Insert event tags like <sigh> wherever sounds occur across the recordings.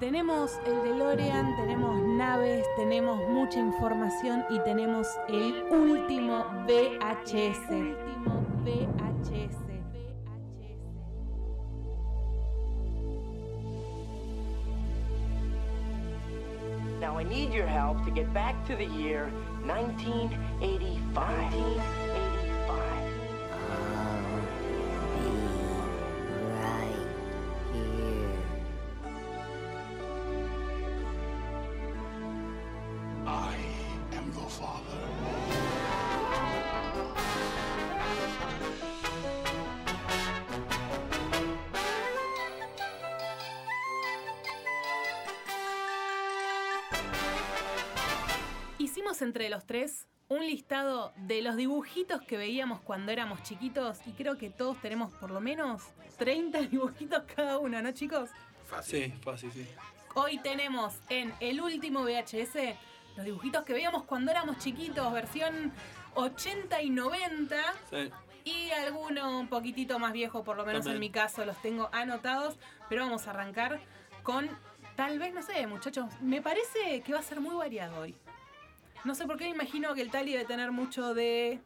Tenemos el DeLorean, tenemos naves, tenemos mucha información y tenemos el último VHS. Último VHS. Now I need your help to get back to the year 1985. 1985. I am your father. Hicimos entre los tres un listado de los dibujitos que veíamos cuando éramos chiquitos y creo que todos tenemos por lo menos 30 <laughs> dibujitos cada uno, ¿no chicos? Sí, fácil, sí. Hoy tenemos en el último VHS los dibujitos que veíamos cuando éramos chiquitos, versión 80 y 90. Sí. Y alguno un poquitito más viejo, por lo menos También. en mi caso, los tengo anotados. Pero vamos a arrancar con, tal vez, no sé, muchachos, me parece que va a ser muy variado hoy. No sé por qué, me imagino que el Tali debe tener mucho de,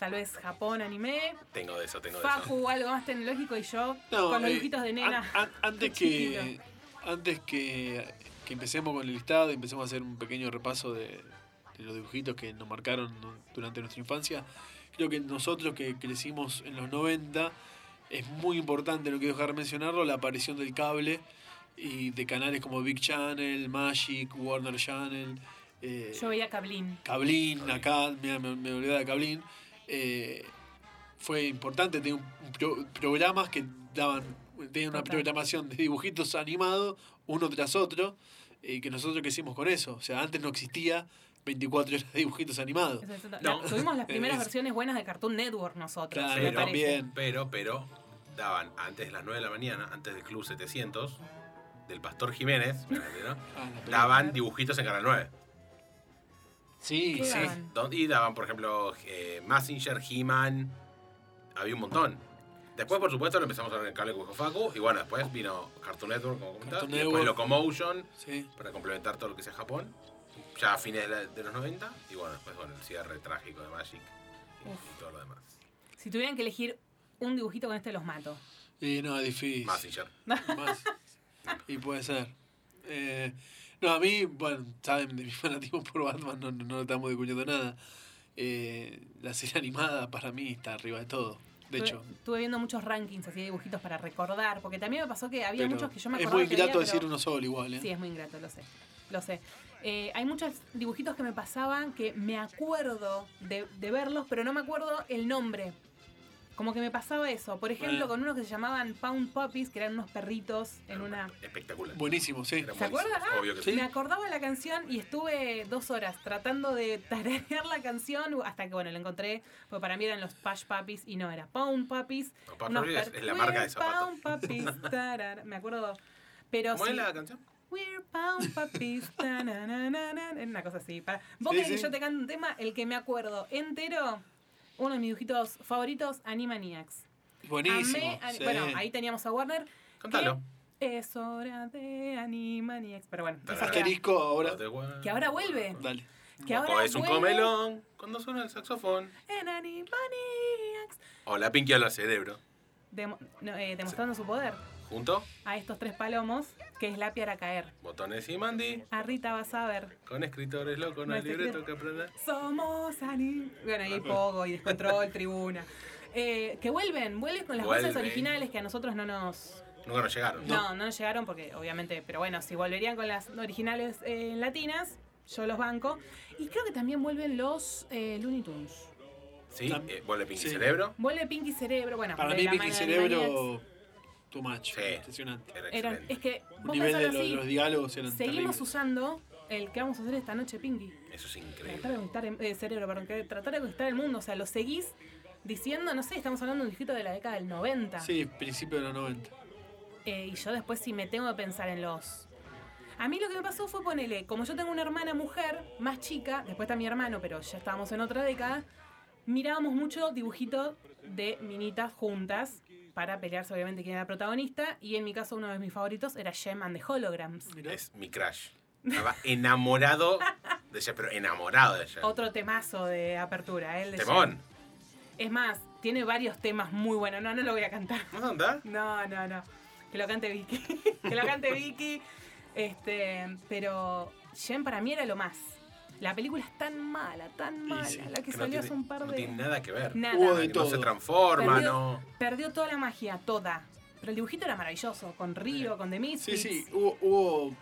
tal vez, Japón, anime. Tengo de eso, tengo de eso. Facu, algo más tecnológico, y yo No, con los eh, dibujitos de nena. an- an- <laughs> antes de que, chiquito. antes que, que empecemos con el listado y empecemos a hacer un pequeño repaso de, de los dibujitos que nos marcaron du- durante nuestra infancia, creo que nosotros que crecimos en los 90, es muy importante, no quiero dejar de mencionarlo, la aparición del cable y de canales como Big Channel, Magic, Warner Channel. eh, Yo veía Cablín. Cablín, acá, mira, me, me olvidaba de Cablín. eh, fue importante, tenía un pro- programas que daban, tenía una Total. programación de dibujitos animados, uno tras otro, y que nosotros crecimos con eso. O sea, antes no existía 24 horas de dibujitos animados. Eso es total. No. La- tuvimos las primeras <laughs> Es- versiones buenas de Cartoon Network nosotros. Claro, me pero parece. también. Pero, pero, daban antes de las 9 de la mañana, antes del Club 700, del Pastor Jiménez, <laughs> ¿no? Ah, la pelota. daban dibujitos en Canal 9. Sí, ¿Qué sí. daban? Don- Y daban, por ejemplo, eh, Massinger, He-Man. Había un montón. Después, por supuesto, lo empezamos a ver en el cable con Facu. Y bueno, después vino Cartoon Network, como comentaba. Cartoon Y después Network. Locomotion, sí. para complementar todo lo que sea Japón. Ya a fines de, la- de los 90. Y bueno, después con el cierre trágico de Magic y, Uf. y todo lo demás. Si tuvieran que elegir un dibujito con este, los mato. Y no, es difícil. Massinger. Más. Y puede ser. Eh, no, a mí, bueno, saben de mi <laughs> fanatismo por Batman, no, no, no estamos discutiendo nada. Eh, la serie animada para mí está arriba de todo. De Estuve- hecho, Estuve viendo muchos rankings así de dibujitos para recordar, porque también me pasó que había pero muchos que yo me es acordaba muy que veía, ingrato pero- decir uno solo igual, ¿eh? Sí, es muy ingrato, lo sé. Lo sé. Eh, hay muchos dibujitos que me pasaban que me acuerdo de, de verlos, pero no me acuerdo el nombre. Como que me pasaba eso. Por ejemplo, Bueno. con unos que se llamaban Pound Puppies, que eran unos perritos en Era una. Espectacular. Buenísimo, sí. Era ¿Se buenísimo, acuerdan? Obvio que Sí. sí. Me acordaba la canción y estuve dos horas tratando de <laughs> tararear la canción hasta que, bueno, la encontré. Porque para mí eran los Pash Puppies y no, era Pound Puppies. No, Pash Unos Puppies es- per- es la marca de We're Pound <laughs> Puppies, tarara- Me acuerdo. Pero ¿Cómo sí, es la canción? We're Pound <laughs> Puppies, tananana, era una cosa así. Para, Vos Sí, querés que sí. yo te cante un tema, el que me acuerdo entero, uno de mis dibujitos favoritos, Animaniacs. Buenísimo. Amé- sí. Bueno, ahí teníamos a Warner. Cántalo. que Es hora de Animaniacs. Pero bueno, esa queda. Asterisco ahora. Que ahora vuelve. Dale. Que ahora O es un vuelve comelón cuando suena el saxofón. En Animaniacs. O la pinky al cerebro. Demo- no, eh, demostrando su poder Junto, a estos tres palomos, que es la piara caer. botones y Mandy. A Rita vas a ver. Con escritores locos, no No hay es libreto secreto. que aprender. Somos Ani. Bueno, ahí poco y descontrol, tribuna. Eh, que vuelven, vuelven con las voces Vuelven. originales que a nosotros no nos. Nunca nos llegaron. No, no nos llegaron porque, obviamente, pero bueno, si volverían con las originales eh, latinas, yo los banco. Y creo que también vuelven los eh, Looney Tunes. Sí, Tam- eh, vuelve pinky sí. cerebro. Vuelve Pinky Cerebro, bueno, Para de mí, la Vicky mano de Animaniacs. Cerebro, too much. Sí. Impresionante. Era Eran- excelente. es que, El vos nivel de pensalo los, así, los diálogos eran seguimos terribles. usando el que vamos a hacer esta noche, Pinky. Eso es Tratar increíble. de conquistar el eh, cerebro, perdón, que tratar de conquistar el mundo. O sea, lo seguís diciendo, no sé, estamos hablando de un distrito de la década del 90. Sí, principio de los 90. Eh, y yo después sí me tengo que pensar en los. A mí lo que me pasó fue ponele, como yo tengo una hermana mujer, más chica, después está mi hermano, pero ya estábamos en otra década, mirábamos mucho dibujitos de minitas juntas. para pelearse obviamente quién era la protagonista. Y en mi caso uno de mis favoritos era Gem and the Holograms. Mirá. Es mi <laughs> crush. Estaba enamorado de ella, pero enamorado de ella. Otro temazo de apertura, ¿eh? el de Gem. Temón. Es más, tiene varios temas muy buenos. No, no lo voy a cantar. ¿Más onda? No, no, no. Que lo cante Vicky. <laughs> que lo cante Vicky. Este, pero Jen para mí era lo más. La película es tan mala, tan Y mala. sí, la que, no salió tiene- hace un par No de. tiene nada que ver. Nada. Hubo de Que no se todo. transforma, Perdió- no. Perdió toda la magia, toda. Pero el dibujito era maravilloso, con Río, con The Sí, Misfits. sí, hubo, hubo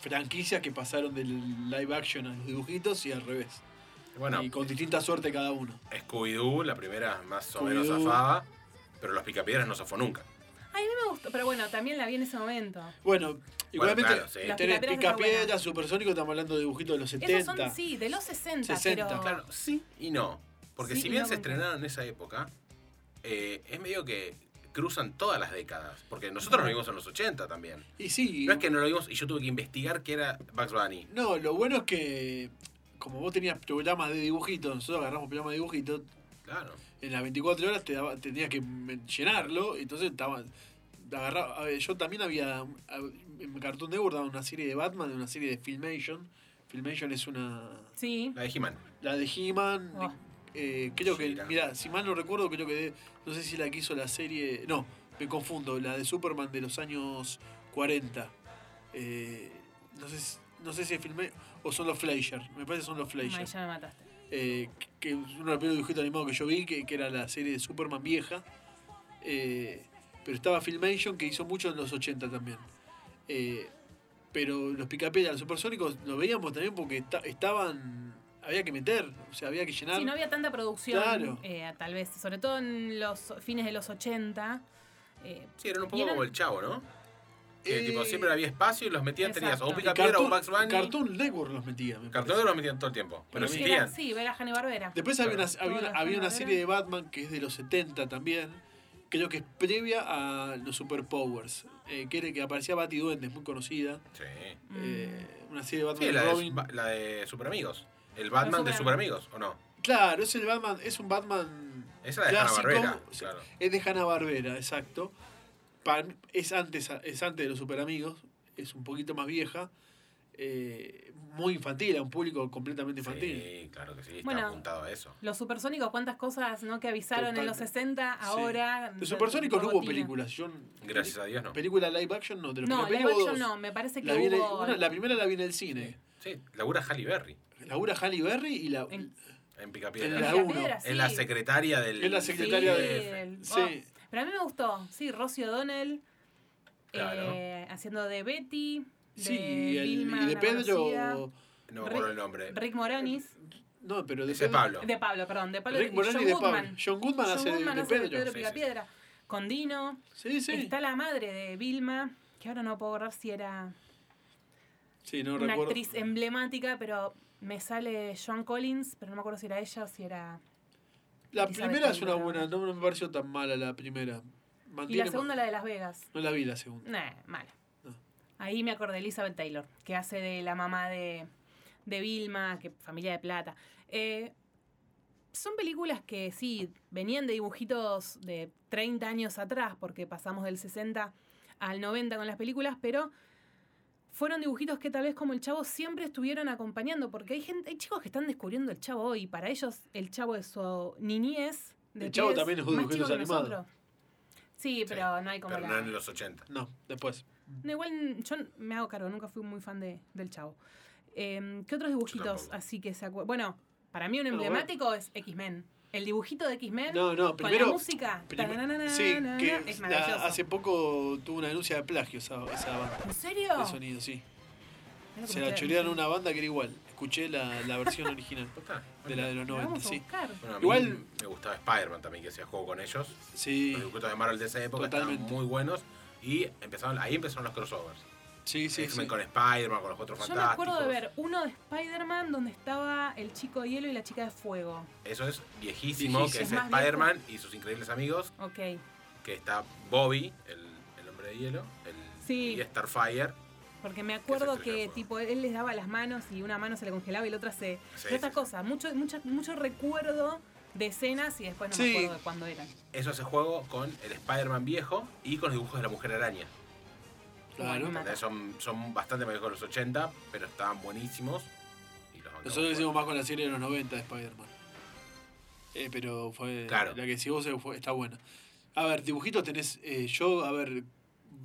franquicias que pasaron del live action a los dibujitos y al revés. Bueno, y con distinta suerte cada uno. Scooby-Doo, la primera más o menos Scooby-Doo. zafaba, pero los picapiedras no zafó nunca. Ay, a mí me gustó, pero bueno, también la vi en ese momento. Bueno, igualmente claro, sí. Las tenés Picapiedras está Picapiedra, buena. Supersónico, estamos hablando de dibujitos de los Esos 70. son, sí, de los 60, 60, pero. Claro, sí y no. Porque Ah. Sí si y bien no, se porque- estrenaron en esa época, eh, es medio que cruzan todas las décadas. Porque nosotros lo vimos en los 80 también. Y sí, No es que no lo vimos y yo tuve que investigar que era Bugs Bunny. no, lo bueno es que como vos tenías programas de dibujitos, nosotros agarramos programas de dibujitos, Claro. en las 24 horas te daba- tenías que men- llenarlo, entonces estaban... agarraba- a ver, yo también había, a- en Cartoon Network daba una serie de Batman, una serie de Filmation. Filmation es una... Sí. La de He-Man. La de He-Man. Oh. eh, creo que, She-Ra. mira, si mal no recuerdo, creo que de- no sé si la que hizo la serie. No, me confundo, la de Superman de los años 40. Eh, no, sé, si- no sé si filmé o son los Fleischer. Me parece que son los Ay, Fleischer. ya me mataste. Eh, que es uno de los primeros dibujitos animados que yo vi, que, que era la serie de Superman vieja. Eh, pero estaba Filmation, que hizo mucho en los 80 también. Eh, pero los picapiedras, los supersónicos, los veíamos también porque esta- estaban. Había que meter, o sea, había que llenar. Sí, no había tanta producción, Ah, Claro. eh, tal vez, sobre todo en los fines de los 80. eh, Sí, eran un Y poco eran- como el chavo, ¿no? Que Eh, tipo, siempre había espacio y los metían, tenías o un exacto. Y picapiedra o un Cartoon- Bugs Bunny. Cartoon Network los metía. me Cartoon parece. los metían todo el tiempo. Pero mí- era, existían. sí, era Hanna Barbera. Después había una, Claro. había, una, Todas las había una Hanna-Barbera. serie de Batman que es de los 70 también. Creo que es previa a los Superpowers. eh, que era que aparecía Batiduende, es muy conocida. Sí. Eh, una serie de Batman Sí, y la de, Robin. ba- la de Super Amigos. El Batman de Super- Super Amigos, ¿o no? Claro, es el Batman, es un Batman Esa es de Hanna-Barbera, sí, claro. Es de Hanna Barbera, exacto. Pa- es antes, es antes de los Super Amigos, es un poquito más vieja, eh, muy infantil, a un público completamente infantil. Sí, claro que sí. Está Bueno. apuntado a eso. Los supersónicos, cuántas cosas ¿no? que avisaron en los Totalmente. 60, Sí. ahora. Los Supersónicos no hubo Robotina. películas. Yo, Gracias a Dios, no. Película live action no, de los No, que la live peli hubo action dos. no, me parece que La, vi en el- hubo. una- la primera la vi en el cine. Sí, labura Halle Berry Laura Halle Berry y la. En- en En Picapiedra. la- Picapiedra, uno. sí. Es la secretaria del. Es la secretaria Sí, de- jefe. el- sí. oh, Pero a mí me gustó, sí, Rosy O'Donnell Claro. eh, haciendo de Betty. De sí, y, el- Vilma, y de la Pedro. conocida, No me acuerdo el nombre. Rick Moranis. eh, No, pero de Ese es Pedro- Pablo. De Pablo, perdón, de Pablo Rick y Moranis de Pablo. Goodman. John Goodman hace de- de Pedro. Sí, sí, Picapiedra. Con Dino. Sí, sí. Está la madre de Vilma, que ahora no puedo borrar si era Sí, no una recuerdo. actriz em, emblemática, pero me sale Joan Collins, pero no me acuerdo si era ella o si era... La Elizabeth primera es una Taylor. buena, no no me pareció tan mala la primera. Y Mantiene la segunda, ma- la de Las Vegas. No la vi la segunda. Nah, mala. No. Ahí me acordé de Elizabeth Taylor, que hace de la mamá de, de Vilma, que familia de plata. Eh, son películas que sí, venían de dibujitos de 30 años atrás, porque pasamos del 60 al 90 con las películas, pero fueron dibujitos que tal vez como el chavo siempre estuvieron acompañando, porque hay gente, hay chicos que están descubriendo el chavo hoy, y para ellos el chavo es su niñez. de El Chavo pibes también es un más dibujito chico que animado. nosotros. Sí, pero no hay como Pero la... no en los 80. No, después. No, igual mm, yo me hago cargo, nunca fui muy fan de, del chavo. Eh, ¿Qué otros dibujitos tampoco. así que se acuerdan? Bueno, para mí un No, bueno. emblemático es X-Men. El dibujito de X-Men No, no, con primero- la música. Prim- tananana, sí, que es la- maravilloso. hace poco tuvo una denuncia de plagio esa, esa banda ¿En serio? de sonido, sí. Mirá Oh. lo que Se me la trae. chorearon a una banda que era igual. Escuché la, <laughs> la versión original ¿Posta? de la de los La 90, vamos a sí. buscar. Pues Bueno, a mí Igual- me gustaba Spider-Man también, que hacía juego con ellos. Sí, Los dibujitos de Marvel de esa época Totalmente. estaban muy buenos. Y empezaron, ahí empezaron los crossovers. sí, sí. X-Men sí. con Spider-Man, con los cuatro Yo me fantásticos. acuerdo de ver uno de Spider-Man donde estaba el chico de hielo y la chica de fuego. Eso es viejísimo, Viejísimo. que es Es más Spider-Man y sus increíbles amigos, Ok. que está Bobby, el, el hombre de hielo, el, Sí. y Starfire. Porque me acuerdo Que se estrella que fuego. tipo él les daba las manos y una mano se le congelaba y la otra se. Sí, y otra sí, cosa, mucho, mucha- mucho recuerdo de escenas y después no me Sí. acuerdo de cuándo eran. Eso hace juego con el Spider-Man viejo y con los dibujos de la Mujer Araña. Claro. Bueno, ¿Entendés? Son, son bastante mayores que los 80, pero estaban buenísimos. Y los bancamos Nosotros fuerte. hicimos más con la serie de los 90 de Spider-Man. Eh, pero fue Claro. la que si vos eh, fue- está buena. A ver, dibujitos tenés eh, yo, a ver,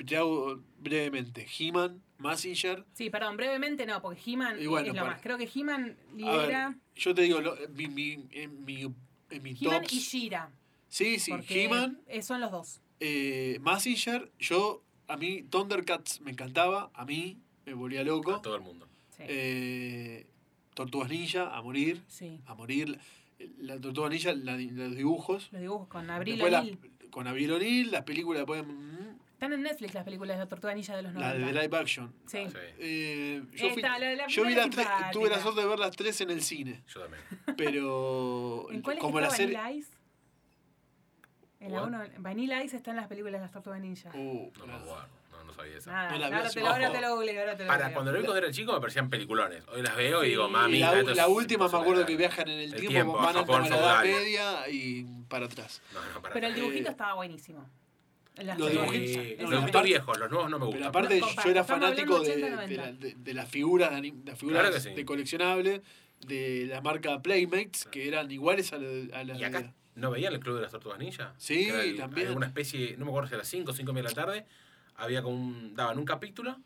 te hago brevemente. He-Man, Massinger. Sí, perdón, brevemente no, porque He-Man Y bueno, es lo para- más. Creo que He-Man A ver, lidera yo te digo, lo- eh, mi, mi, en mi, en mi He-Man tops- y Shira. Sí, sí, Porque He-Man, eh, son los dos. eh, Massinger. Yo, a mí, Thundercats me encantaba, a mí me volvía loco. A todo el mundo. Sí. Eh, Tortugas Ninja, a morir, Sí. a morir. La Tortuga Ninja, la- los dibujos. Los dibujos con Abril Después la- O'Neil. con Abril O'Neil, las películas después. mm, Están en Netflix las películas de la Tortuga Ninja de los 90. la de live action. Sí. Sí, Eh, yo fui- Esta, la de la yo vi primera las tres- simpática. tuve la suerte de ver las tres en el cine, yo también. pero <laughs> ¿En cuál es como que la está serie Vanilla Ice? En la ¿Cuál? uno- Vanilla Ice está en las películas de las Tortugas Ninja. Uh, No, me la- acuerdo, no, no sabía eso. Nada, no la vi ahora, hace te lo, ahora poco. te lo googleo, ahora te lo Para googleo. cuando lo vi cuando era chico me parecían peliculones. Hoy las veo y digo, mami. y la, esto es la última me acuerdo que imposible. viajan en el, El tiempo, tiempo, van Japón a la edad feudal. media y para atrás. No, no, para Pero el nada. dibujito Eh, estaba buenísimo. En las los Sí, Tortugas Ninja. dibujitos- no, Eso ¿eh? los me dibujitos parece. viejos, los nuevos no me Pero gustan. aparte Nos yo era compa- estamos fanático de, hablando de 80, la- de- de las figuras, de, anim- las figuras Claro que sí. de coleccionables de la marca Playmates que eran iguales a, la- a las ¿Y de- acá no veían el Club de las Tortugas Ninja? eh, Sí, Que era el- también. Alguna especie, no me acuerdo si era 5 o 5 de la tarde, había como un- daban un capítulo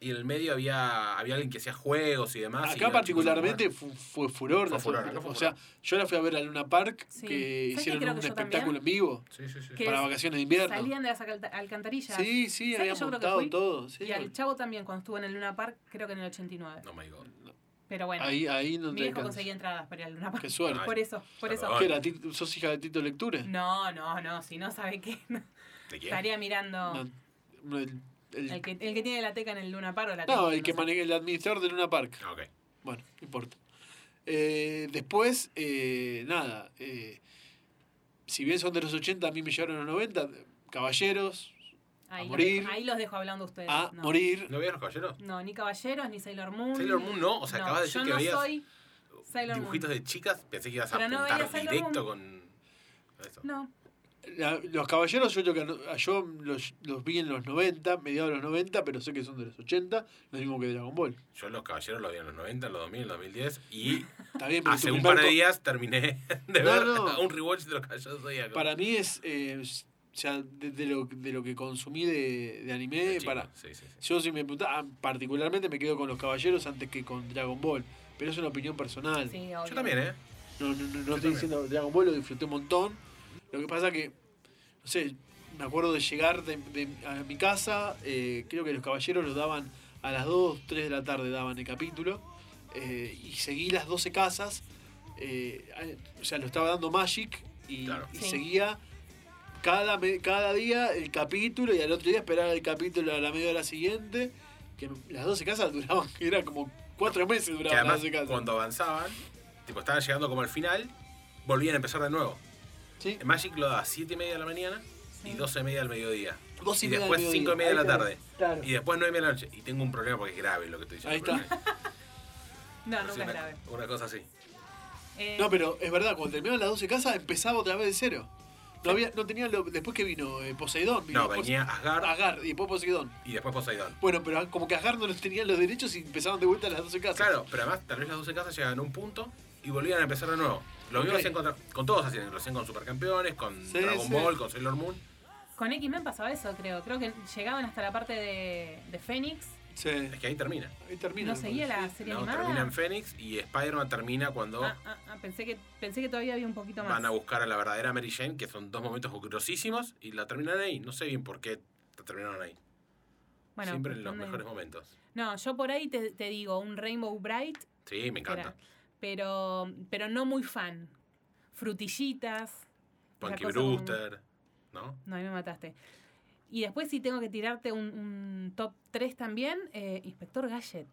y en el medio había, había alguien que hacía juegos y demás. y Acá eran particularmente chicos fu- fue, furor. Fue la furor, Fórmula. acá fue o sea, yo la fui a ver a Luna Park, Sí. ¿Sabes que qué hicieron creo un que yo espectáculo en vivo que- Sí, sí, sí. Que para es- vacaciones de invierno. Salían de las alca- alcantarillas. Sí, sí, ¿Sabes que habían yo creo que montado fui? todo. sí. Y al Chavo también, cuando estuvo en el Luna Park, creo que en el 89. No, my God. Pero bueno, ahí, ahí no mi te hijo alcanza. conseguía entradas para ir al Luna Park. Qué suerte. Por eso, por eso. Perdón. ¿Qué era? Tito- ¿Sos hija de Tito Lecture? No, no, no, si no sabe qué. <laughs> no. ¿De quién? Estaría mirando No, el, el- el, que, el que tiene la teca en el Luna Park o la no, teca, el que sé. maneja el administrador de Luna Park. Ah, ok. Bueno, no importa. Eh, después, eh, nada. eh, si bien son de los 80, a mí me llevaron a los 90. Caballeros, Ahí, a los morir. dejo- ahí los dejo hablando ustedes. Ah, a Eh, no. morir. ¿No veían los caballeros? No, ni Caballeros, ni Sailor Moon. Sailor Moon no, o sea, No, acabas de decir yo que no veías soy Sailor Moon. dibujitos de chicas, pensé que ibas a Pero no apuntar veía Sailor directo con eso. No, La- los caballeros yo, creo que no- ah, yo los, los vi en los 90, mediados de los 90, pero sé que son de los 80, lo mismo que Dragon Ball. Yo los caballeros los vi en los 90, en los 2000, en los 2010 y Está bien, <laughs> pero hace tu un primer par de co- días terminé <laughs> de No, ver no. <laughs> un rewatch de los caballeros zodíacos. Para mí es, eh, s- o sea, de, de lo, de lo que consumí de, de De anime, chico, para, Sí, sí, sí. yo si me preguntaba, particularmente me quedo con los caballeros antes que con Dragon Ball, pero es una opinión personal. sí, obvio. Yo también, ¿eh? No, no, no, no estoy también. diciendo Dragon Ball, lo disfruté un montón. Lo que pasa que, no sé, me acuerdo de llegar de, de- a mi casa, eh, creo que los caballeros lo daban a las 2, 3 de la tarde daban el capítulo, eh, y seguí las 12 casas, eh, a- o sea, lo estaba dando Magic y, Claro. y Sí. seguía cada, me- cada día el capítulo y al otro día esperaba el capítulo a la media hora siguiente, que las 12 casas <laughs> duraban, era como 4 meses Que duraban las además 12 casas. cuando avanzaban, tipo estaban llegando como al final, volvían a empezar de nuevo. ¿Sí? En Magic lo daba a 7 y media de la mañana y 12 y media del mediodía. Dos y y media del después mediodía. 5 y media de Ahí la está. tarde. Claro. Y después 9 y media de la noche. Y tengo un problema porque es grave lo que estoy diciendo. Ahí está. pero No, es nunca una- es grave. Una cosa así. Eh, No, pero es verdad, cuando terminaban las 12 casas empezaba otra vez de cero. No había, no tenía lo- después que vino eh, Poseidón, vino No, Pos- venía Asgard Asgard y después Poseidón. y después Poseidón. Bueno, pero como que Asgard no los tenía los derechos y empezaban de vuelta las 12 casas. Claro, pero además tal vez las 12 casas llegaban a un punto y volvían a empezar de nuevo. Lo mismo Ok. hacían contra- con todos, hacían recién con Supercampeones, con Sí, Dragon sí. Ball, con Sailor Moon. Con X-Men pasaba eso, creo. Creo que llegaban hasta la parte de, de Fénix. Sí. Es que ahí termina. Ahí termina. No seguía la serie No, animada. termina en Fénix y Spider-man termina cuando Ah, ah, ah, pensé, que, pensé que todavía había un poquito más. Oh. van a buscar a la verdadera Mary Jane, que son dos momentos grosísimos, y la terminan ahí. No sé bien por qué la terminaron ahí. Bueno, Siempre en los ¿dónde? mejores momentos. No, yo por ahí te, te digo, un Rainbow Bright, Sí, me encanta. Era- pero, pero no muy fan. Frutillitas. Punky esa cosa como- Brewster, ¿no? No, ahí me mataste. Y después si tengo que tirarte un, un top 3 también, eh, Inspector Gadget.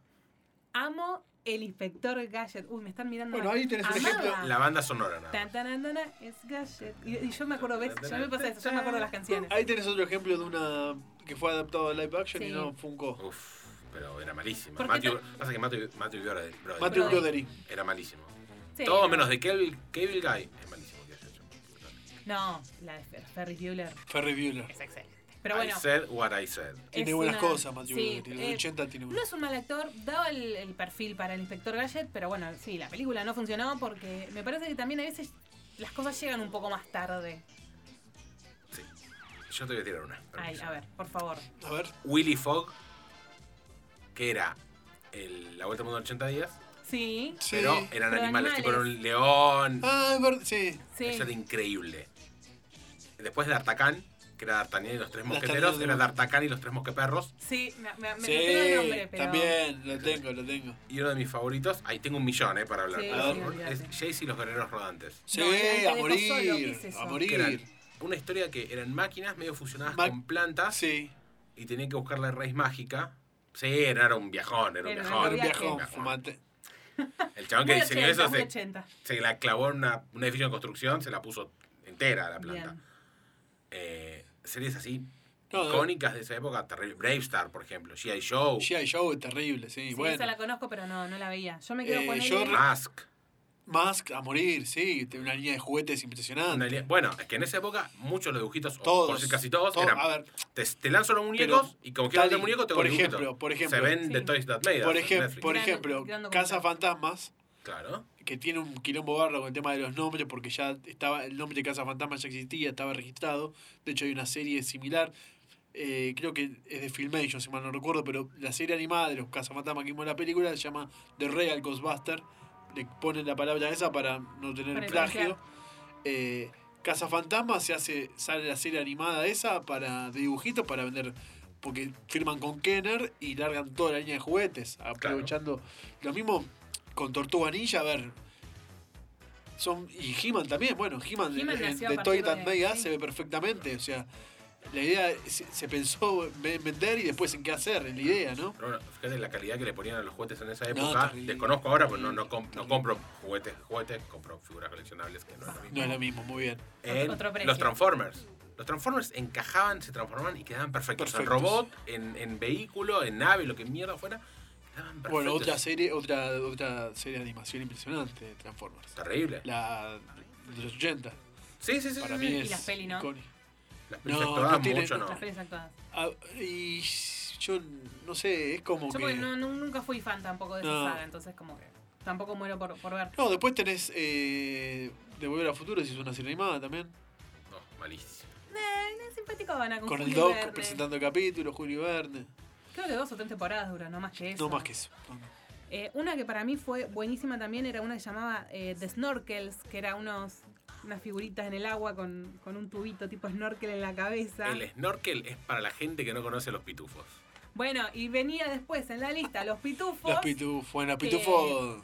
Amo el Inspector Gadget. Uy, me están mirando. Bueno, mal. ahí tenés un Amaba. ejemplo. La banda sonora, nada. Ah. Tan, más. tan, tan, tan, es Gadget. Y, y yo me acuerdo, ¿ves? Ya me pasa eso, yo me acuerdo las canciones. Ahí tenés otro ejemplo de una que fue adaptado a live action y Sí. no Funko. Uf, pero era malísima. Porque Matthew, ta- pasa que Matthew, Matthew Broderick- Broderick Matthew Brother. Broderick. era malísimo. Sí, Todo no. menos de Cable, Cable Guy es malísimo. que es. No, la de Fer- Ferris Bueller Ferry Bueller. es excelente. Pero bueno, I said what I said. Tiene es buenas una- cosas, Matthew sí, Bueller. Tiene los eh, 80, tiene No es un mal actor, daba el, el perfil para el inspector Gadget, pero bueno, sí, la película no funcionó porque me parece que también a veces las cosas llegan un poco más tarde. Sí. Yo te voy a tirar una. Ay, permiso. a ver, por favor. A ver, Willy Fogg, que era el- la vuelta al mundo en 80 días, Sí, sí. pero eran Pero animales, tipo era animales. un león. Ah, es verdad, sí. sí. Eso era increíble. Después de D'Artagnan, que era D'Artagnan y los tres D'Artagnan mosqueteros, y era los- D'Artagnan y los tres mosqueperros. Sí, me, me, me sí, refiero al nombre, pero. también, lo tengo, lo tengo. Y uno de mis favoritos, ahí tengo un millón eh, para hablar, Sí, pero sí, olvídate. es Jace y los guerreros rodantes. Sí, No, era el que a dejó morir, solo, ¿qué es eso? a Que eran morir. una historia que eran máquinas medio fusionadas Ma- con plantas Ah, Sí, Ah, y tenían que buscar la raíz mágica. Sí, era era un viajón, era un Era un viajón. era un viajón, viajón. fumate. El chabón Muy que diseñó 80, eso muy se, 80. se la clavó en una, un edificio de construcción, se la puso entera la planta. Bien. Eh, series así, No, no. icónicas de esa época, terrible. Brave Star, por ejemplo, G.I. Joe, G.I. Joe es terrible, sí. Sí, bueno, esa la conozco, pero no, no la veía. Yo me quedo Eh, con yo él. re- Mask. Mask a morir, sí. Tiene una línea de juguetes impresionante. Una li- Bueno, es que en esa época muchos de los dibujitos, o Todos. por decir casi todos, Todos, eran. a ver. te, te lanzo los muñecos Pero, y como quiero Tali, los muñecos, tengo por los dibujitos. ejemplo, por ejemplo. Se ven Sí. de Toys That Made Us Por, en ejem- Netflix. por Gran- ejemplo, gran documental. Casa Fantasmas, Claro. que tiene un quilombo barro con el tema de los nombres, porque ya estaba el nombre de Casa Fantasmas ya existía, estaba registrado. De hecho, hay una serie similar. eh, creo que es de Filmation, si mal no recuerdo, pero la serie animada de los Cazafantasmas que vimos en la película se llama The Real Ghostbuster. Le ponen la palabra esa para no tener Para plagio. Eh, Cazafantasmas se hace, sale la serie animada esa para de dibujitos para vender. Porque firman con Kenner y largan toda la línea de juguetes. Aprovechando. Lo mismo con Tortuga Ninja, a ver. Son, y He-Man también, bueno, He-Man de, He-Man de- nació a de Toy partir That de- Made Us sí. se ve perfectamente. O sea, la idea se, se pensó en vender y después en qué hacer, en la idea, ¿no? Pero bueno, fíjate la calidad que le ponían a los juguetes en esa No, época. terrible. Desconozco ahora, pues no, no, com- no compro juguetes, juguetes, compro figuras coleccionables que no es lo mismo. No es lo mismo, muy bien. En Otro precio. los Transformers. Los Transformers encajaban, se transformaban y quedaban perfectos. En Perfectos. robot, en, en vehículo, en nave, lo que mierda fuera, quedaban perfectos. Bueno, otra serie, otra, otra serie de animación impresionante de Transformers. Terrible. La de los 80. Sí, sí, sí. Para sí, mí sí. es. Mm, las peli, ¿no? icónica. Las pelis No, actuadas no tiene- mucho, no. Las pelis actuadas. Ah, y yo no sé, es como Yo que. porque no, no- nunca fui fan tampoco de esa No. saga, entonces como que tampoco muero por, por ver. No, después tenés eh, De Volver a Futuro, si es una serie animada también. No, malísimo. Eh, no, simpático van a Con el Doc presentando capítulos, Julio Verne. Creo que dos o tres temporadas dura, no más que eso. No más que eso. no, no. Eh, una que para mí fue buenísima también era una que llamaba eh, The Snorkels, que era unos unas figuritas en el agua con, con un tubito tipo snorkel en la cabeza. El snorkel es para la gente que no conoce los pitufos. Bueno, y venía después en la lista Los Pitufos. Los pitufos, bueno, los pitufos.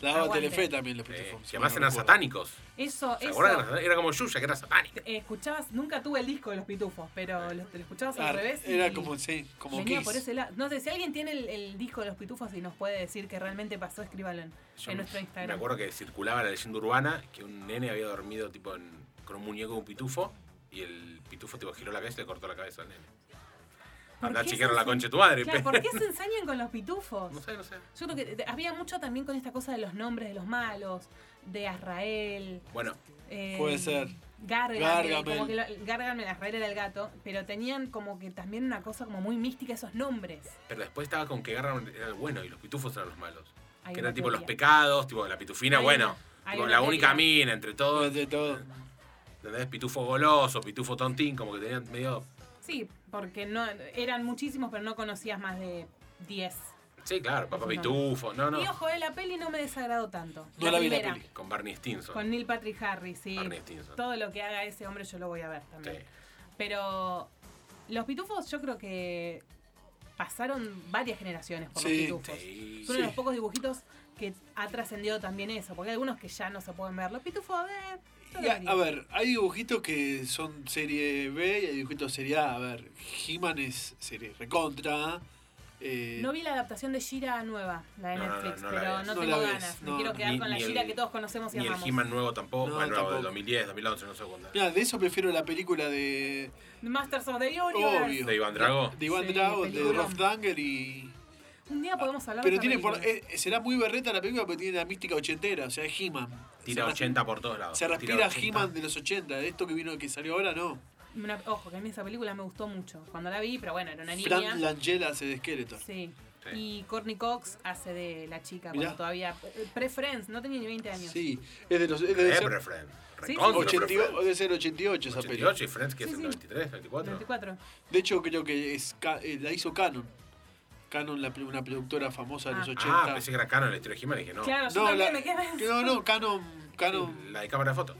La daba Aguante. Telefe también, los Eh, pitufos. que además si mal no eran recuerdo. satánicos. Eso, ¿Se eso. acuerdan? que eran satánicos? Era como Yuya, que era satánica. Eh, escuchabas, nunca tuve el disco de Los Pitufos, pero lo, te lo escuchabas Ah, al revés. y- Era como, sí, como Venía Kiss. por ese lado. No sé, si alguien tiene el, el disco de los pitufos y nos puede decir que realmente pasó, escríbalo en, Yo en me- nuestro Instagram. Me acuerdo que circulaba la leyenda urbana que un nene había dormido tipo en- con un muñeco de un pitufo y el pitufo tipo giró la cabeza y le cortó la cabeza al nene. ¿Por Andá qué chiquero se la ense- concha de tu madre. pues. Claro, pero- ¿por qué se ensañan con los pitufos? No sé, no sé. Yo creo que te- había mucho también con esta cosa de los nombres de los malos, de Azrael. Bueno, eh, Puede ser. Gargamel, Gargamel. como que lo- Gargamel, Azrael era el gato, pero tenían como que también una cosa como muy mística esos nombres. pero después estaba con que Garra era el bueno y los pitufos eran los malos. Hay que una eran tipo los teoría. pecados, tipo la pitufina, Hay bueno. una- hay tipo, una la teoría. única mina entre todos. De todo. ¿Entendés? Pitufo goloso, pitufo tontín, como que tenían medio. Sí, porque no eran muchísimos, pero no conocías más de 10. Sí, claro, papá Esos pitufo. No, Y no. ojo, eh, la peli no me desagradó tanto. No la vi la primera. peli. Con Barney Stinson. Con Neil Patrick Harris, sí. Barney Stinson. Todo lo que haga ese hombre yo lo voy a ver Sí. también. Pero los pitufos yo creo que pasaron varias generaciones por Sí, los pitufos. Sí. Es uno de sí. los pocos dibujitos que ha trascendido también eso, porque hay algunos que ya no se pueden ver. Los pitufos, a ver. yo Y lo a, vería. a ver, hay dibujitos que son serie B y hay dibujitos serie A. A ver, He-Man es serie recontra. Eh, No vi la adaptación de Shira nueva, la de No, no, Netflix, no, no la pero ves. no No tengo la ves, ganas. no, Me quiero no. quedar Ni- con la ni Shira el- que todos conocemos y Ni el amamos. He-man nuevo tampoco. No, bueno, nuevo tampoco. del 2010, 2011, no sé cuándo. mirá, de eso prefiero la película de, Masters of the Universe. Obvio. De Iván Drago. de Iván Sí, Drago, de peliculón. Rolf Danger y. Un día podemos hablar Pero de tiene esa por, película. eh, será muy berreta la película porque tiene la mística ochentera, o sea, es He-Man. Tira Se 80 por todos lados. Se Tira respira 80. He-Man de los 80, de esto que vino que salió ahora no. Una- ojo, que a mí esa película me gustó mucho cuando la vi, pero bueno, era una niña. Frank Langella hace de Skeletor. Sí. Sí. Y Courtney Cox hace de la chica Mirá. cuando todavía. eh, Pre-Friends, no tenía ni 20 años. Sí, es de los es de Eh, ser pero Friends. Sí, Recontra sí, sí. pero 80 Friends. debe ser 88 esa peli. 88 y Friends que es Sí, el sí. 93, 94. 94. De hecho creo que es ca- eh, la hizo Canon. Canon la pre- una productora famosa de los Ah. 80. Ah, pensé que era Canon el estilo de He-Man y dije no. Claro, yo no, también la- me quedé pensando. no, no, Canon Canon La de cámara de foto.